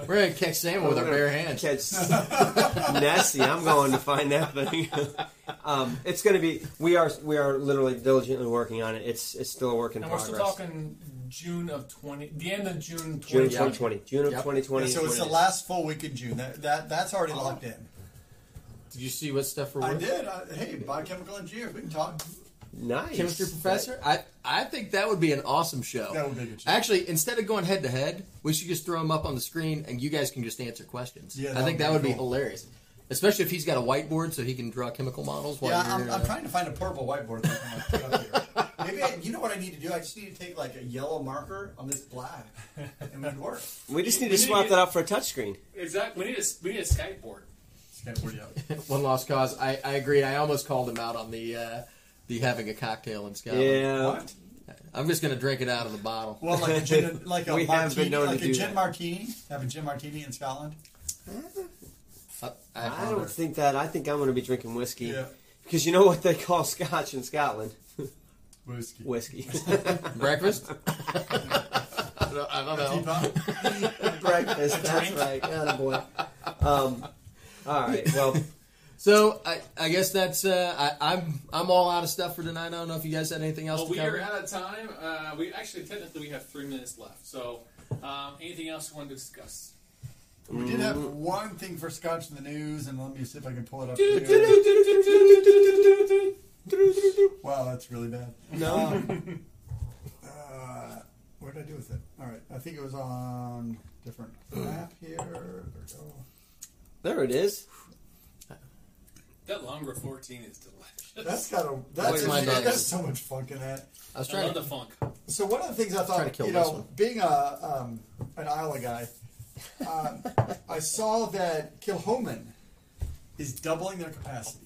C: We're gonna catch salmon with our bare hands.
D: catch [LAUGHS] Nessie. I'm going to find that thing. [LAUGHS] um, it's going to be. We are we are literally diligently working on it. It's it's still a work in
A: and we're
D: progress.
A: still talking June of 20, the end of June 2020.
D: June of 2020. June of
C: Yep.
D: 2020.
B: Yeah, so it's
D: is
B: the
D: when it
B: last full week in June. That, that that's already
A: Oh.
B: locked in.
C: Did you see what stuff we're
B: I
C: working?
B: did. I, hey, biochemical engineer, we can talk.
D: is. Nice
C: Chemistry professor. I I think that would be an awesome show.
B: That would be a good show.
C: Actually, instead of going head to head, we should just throw them up on the screen and you guys can just answer questions.
B: Yeah,
C: I
B: that
C: think
B: would
C: that
B: be
C: would be
B: cool.
C: hilarious, especially if he's got a whiteboard so he can draw chemical models. While
B: Yeah,
C: you're,
B: I'm, I'm
C: uh,
B: trying to find a portable whiteboard. That I can like, put up here. Maybe I, you know what I need to do? I just need to take like a yellow marker on this black, and it would work.
D: We just need to
E: We need to
D: swap
E: get-
D: that out for a touchscreen.
E: Exactly. We need a we need a skateboard.
B: Skateboard, yeah.
C: One lost cause. I, I agree. I almost called him out on the uh, the having a cocktail in Scotland.
D: Yeah.
B: What?
C: I'm just gonna drink it out of the bottle.
B: Well, like a gin, like a
D: We have
B: martini,
D: been known to
B: like a
D: do
B: gin
D: that.
B: martini. Have a gin martini in Scotland.
C: I, I
D: I
C: wonder.
D: don't think that. I think I'm going to be drinking whiskey.
B: Yeah.
D: Because you know what they call scotch in Scotland?
B: Whiskey.
D: Whiskey.
C: [LAUGHS]
B: [LAUGHS]
C: breakfast. I, don't, I don't know.
B: Keep up.
D: Breakfast. That's right. Atta boy. Um, all right. Well,
C: So I, I guess that's uh, I, I'm I'm all out of stuff for tonight. I don't know if you guys had anything else
E: Well,
C: to
E: we
C: cover.
E: are out of time. Uh, we actually technically we have three minutes left. So, um, anything else you want to discuss?
B: We did have one thing for Scotch in the news, and let me see if I can pull it up. here.
E: Well,
B: Wow, that's really bad.
D: No.
B: Um, uh, what did I do with it? All right, I think it was on different map here. There we go.
D: there it is.
E: that longer 14 is delicious.
B: That's got a. That's
C: Where's my
B: that's
C: notes?
B: so much funk in that.
C: I was
E: [LAUGHS] I
C: trying
E: love
C: to.
E: the funk.
B: So one of the things I
C: Trying to
B: thought,
C: kill
B: you
C: this
B: know,
C: one.
B: being a um, an Isla guy, um, I saw that Kilhoman is doubling their capacity.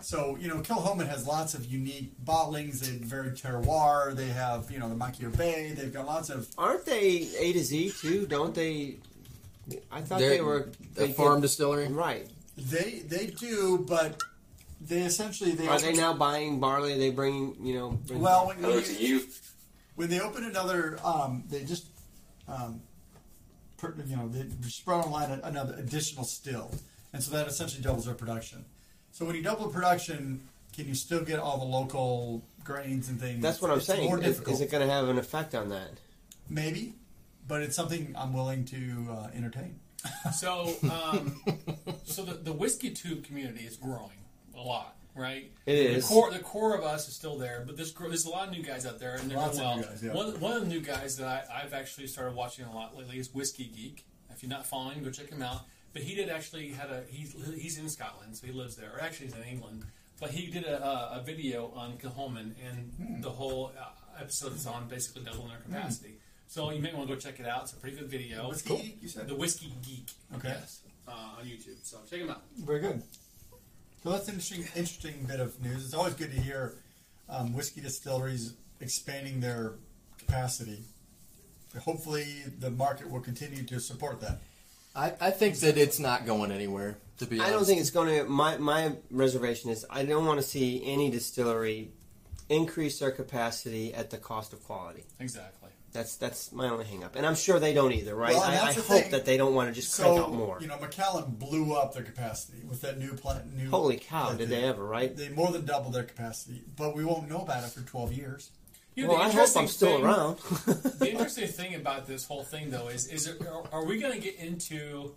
B: So you know, Kilhoman has lots of unique bottlings. They have very terroir. They have you know the Machio Bay. They've got lots of
D: Aren't they A to Z too? Don't they? I thought
C: They're-
D: they were
C: the
D: they
C: farm
D: did-
C: distillery.
D: Right.
B: they they do, but they essentially they
D: Are they now Oh, buying barley? Are they bringing you know? Bring,
B: well when you,
E: you.
B: when they open another, um, they just, um, per, you know, they spread online a- another additional still, and so that essentially doubles their production. So when you double production, can you still get all the local grains and things?
D: that's what I'm
B: It's
D: saying.
B: More
D: Is-
B: difficult,
D: is it going to have an effect on that?
B: maybe, but it's something I'm willing to uh, entertain.
A: So, um, so the, the whiskey tube community is growing a lot, right?
D: It is.
A: The core, the core of us is still there, but there's, gr- there's a lot of new guys out there. And they're
B: Lots of
A: well,
B: new guys, yeah.
A: one, one of the new guys that I, I've actually started watching a lot lately is Whiskey Geek. If you're not following him, go check him out. But he did actually had a he's he's in Scotland, so he lives there, or actually he's in England. But he did a, a, a video on Cahoman, and
B: Hmm.
A: the whole uh, episode is on basically doubling their capacity. So you may want to go check it out. It's a pretty good video.
B: Whiskey Cool. Geek, E, you said?
A: Oh, the Whiskey Geek.
B: Okay.
A: Yes.
E: Uh, on YouTube. So check them out.
B: Very good. So that's an interesting, interesting bit of news. It's always good to hear um, whiskey distilleries expanding their capacity. Hopefully, the market will continue to support that.
C: I, I think that it's not going anywhere. To be honest,
D: I don't think it's going to. My my reservation is I don't want to see any distillery increase their capacity at the cost of quality.
A: Exactly.
D: That's that's my only hang up, and I'm sure they don't either, right?
B: Well, and
D: I, I
B: that's the
D: hope
B: thing.
D: that they don't want to just crank out
B: So
D: more.
B: you know, McAllen blew up their capacity with that new plant. New
D: Holy cow!
B: that
D: Did they ever right?
B: They more than doubled their capacity, but we won't know about it for 12 years.
A: You know,
D: well,
A: the
D: I hope
A: interesting
D: I'm still
B: [LAUGHS]
A: thing-
D: around.
A: the interesting thing about this whole thing, though, is is it, are, are we going to get into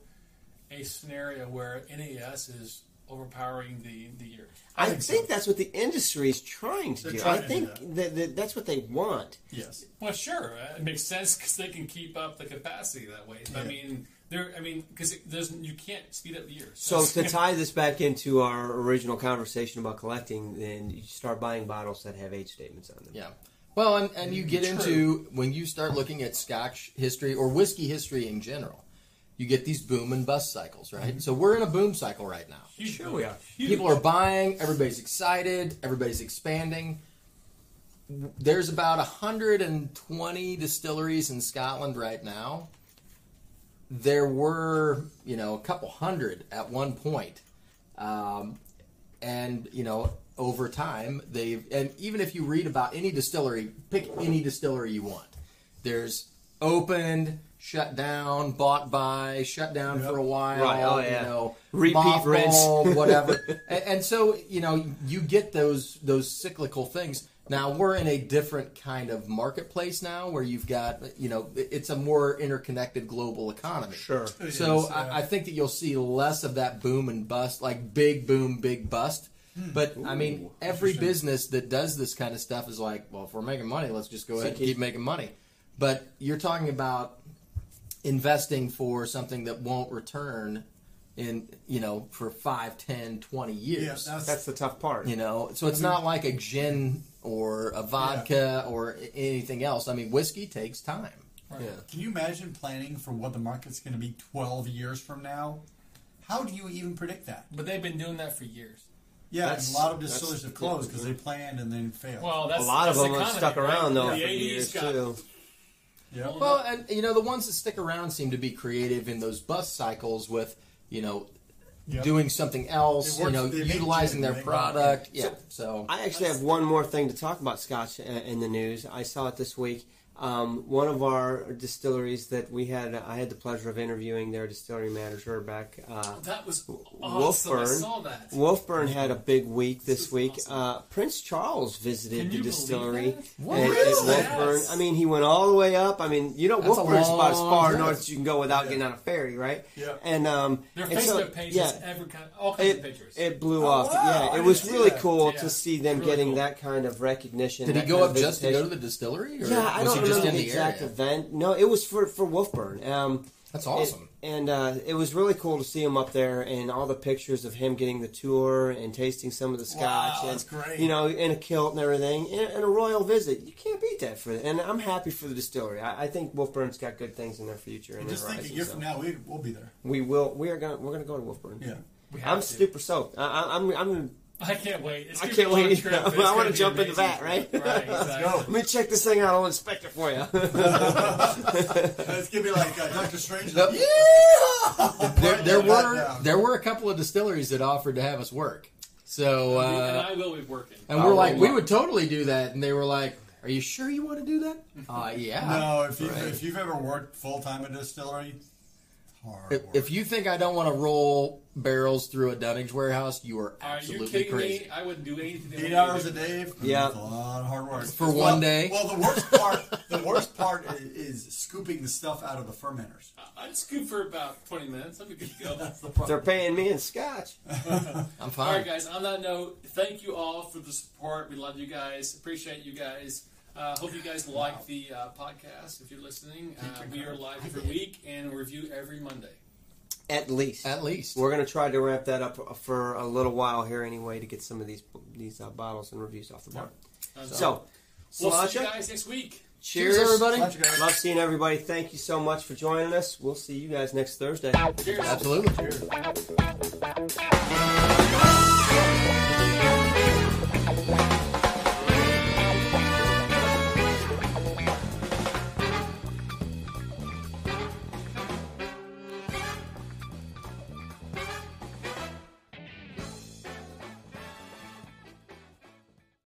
A: a scenario where NAS is overpowering the the year?
D: I
B: think
D: think,
B: so.
D: that's what the industry is trying to
B: They're
D: do.
B: trying
D: I
B: to
D: think
B: do
D: that. That, that's what they want.
B: Yes.
A: Well, sure, uh, it makes sense because they can keep up the capacity that way. But, I
B: Yeah.
A: mean, there. I mean, because there's you can't speed up the years.
D: So to tie this back into our original conversation about collecting, then you start buying bottles that have age statements on them.
C: Yeah. Well, and, and you get
A: True.
C: into when you start looking at Scotch history or whiskey history in general, you get these boom and bust cycles, right? So we're in a boom cycle right now.
A: huge
D: Sure we are.
A: Huge.
C: People are buying, everybody's excited, everybody's expanding. There's about 120 distilleries in Scotland right now. There were, you know, a couple hundred at one point. Um, and, you know, over time, they've, and even if you read about any distillery, pick any distillery you want. There's opened, shut down, bought by, shut down for a while,
D: Right, oh,
C: you
D: yeah.
C: know,
D: Repeat rinse.
C: mothballed, whatever. and, and so you know you get those those cyclical things. Now we're in a different kind of marketplace now, where you've got you know it- it's a more interconnected global economy.
D: Sure.
B: It
C: So
B: is, yeah.
C: I, I think that you'll see less of that boom and bust, like big boom, big bust.
B: Hmm.
C: But I mean, every business that does this kind of stuff is like, well, if we're making money, let's just go ahead and
D: Keep-
C: keep making money. But you're talking about investing for something that won't return in you know for 5 10 20
B: Yeah,
C: years
B: that's,
D: That's the tough part.
C: you know so it's not like a gin or a vodka or a- anything else i mean whiskey takes time
A: Right.
D: Yeah.
B: Can you imagine planning for what the market's going to be 12 years from now? How do you even predict that?
A: [LAUGHS] But they've been doing that for years.
B: Yeah, and
D: That's-
B: a lot of
D: that's-
B: distilleries have closed because they planned and then failed.
A: Well, that's
D: a lot of
A: that's
D: them
A: the
D: have
A: economy,
D: stuck
A: right?
D: around though
A: The
D: for
A: 80s
D: years
A: got-
D: too.
B: yeah.
C: well and you know the ones that stick around seem to be creative in those bust cycles with you know
B: Yep.
C: doing something else
B: It works-
C: you know
B: they make
C: utilizing
B: gin,
C: their
B: they make-
C: product yeah so
D: I actually have one more thing to talk about Scotch uh, in the news. I saw it this week. Um, one of our distilleries that we had, I had the pleasure of interviewing their distillery manager back. Uh,
A: That was awesome. I
D: Wolfburn.
A: saw that.
D: Wolfburn had a big week this,
A: This is
D: week.
A: awesome.
D: Uh, Prince Charles visited
A: Can
D: the
A: you
D: distillery
A: believe that?
C: What?
D: at, at
C: Really?
D: Wolfburn.
A: Yes.
D: I mean, he went all the way up. I mean, you know,
C: That's a
D: Wolfburn's about as
C: long
D: far
C: trip.
D: north as you can go without
B: Yeah.
D: getting on a ferry, right?
B: Yeah.
D: And um,
A: Their
D: and
A: Facebook
D: so-
A: page
D: yeah,
A: has every kind, all kinds of
D: it,
A: pictures.
D: it blew
B: Oh,
D: off.
B: wow, I
D: yeah, it
B: didn't
D: was
B: see
D: really
B: that.
D: cool
A: Yeah,
D: to see them
A: really
D: getting
A: cool.
D: that kind of recognition.
C: did he
D: that
C: go
D: kind of
C: up just to go
D: visitation.
C: to the distillery or
D: Yeah, I
C: was
D: don't
C: he just
D: remember
C: in
D: the
C: the
D: exact
C: area
D: event. No, it was for for Wolfburn. Um,
C: that's
D: it-
C: awesome
D: and uh, it was really cool to see him up there and all the pictures of him getting the tour and tasting some of the
B: Wow,
D: scotch. and,
B: that's great.
D: You know, in a kilt and everything, and, and a royal visit. You can't beat that for. And I'm happy for the distillery. I, I think Wolfburn's got good things in their future and
B: Just
D: their
B: think a
D: horizon,
B: year
D: so.
B: from now, we, we'll be there.
D: We will. We are gonna. We're gonna go to Wolfburn.
B: Yeah. [LAUGHS]
A: We have
D: I'm
A: to.
D: super soaked. I, I, I'm. I'm.
A: I can't wait. It's
D: I
A: gonna
D: can't
A: be a long
D: wait. [LAUGHS]
A: trip.
D: I
A: It's
D: wanna
A: gonna be
D: jump in the
A: amazing.
D: vat, right?
A: Right. Exactly.
D: [LAUGHS] Let me check this thing out. I'll inspect it for you. [LAUGHS]
B: It's going to be like uh, Doctor Strange. like,
C: Yep. [LAUGHS] there, there
B: Write that
C: were
B: down.
C: there were a couple of distilleries that offered to have us work. So
A: and
C: uh,
A: I will be working.
C: and we're
D: Oh,
C: like,
D: wow.
C: we would totally do that, and they were like, "Are you sure you want to do
D: [LAUGHS]
C: that?" Uh, yeah.
B: No, if, you,
C: Right.
B: if you've ever worked full time at a distillery, it's hard.
C: If,
B: work.
C: if you think I don't want to roll barrels through a Dunnage warehouse, you are
A: Are you
C: absolutely
A: kidding
C: crazy.
A: me? I wouldn't do anything.
B: Eight
A: to-
B: hours a day.
D: Yeah.
B: That's a lot of hard work
C: For one day.
B: Well, the worst part, the worst part i- is, is scooping the stuff out of the fermenters.
A: I'd scoop for about 20 minutes. I'll be good
B: [LAUGHS]
A: to go.
B: That's the part.
D: They're paying me in scotch.
C: I'm
A: all
C: fine.
A: right, guys. On that note, thank you all for the support. We love you guys. Appreciate you guys. Uh, hope you guys like the uh, podcast. If you're listening, uh, we are live every week and review every Monday.
D: At least.
C: At least
D: We're gonna try to wrap that up for a little while here anyway to get some of these these uh, bottles and reviews off the board.
A: Uh,
D: So,
A: we'll see you
D: Sláinte,
A: guys next week.
C: cheers, everybody.
B: Bunch of guys.
D: Love seeing everybody. Thank you so much for joining us. We'll see you guys next Thursday.
A: Cheers.
C: Absolutely.
B: Cheers.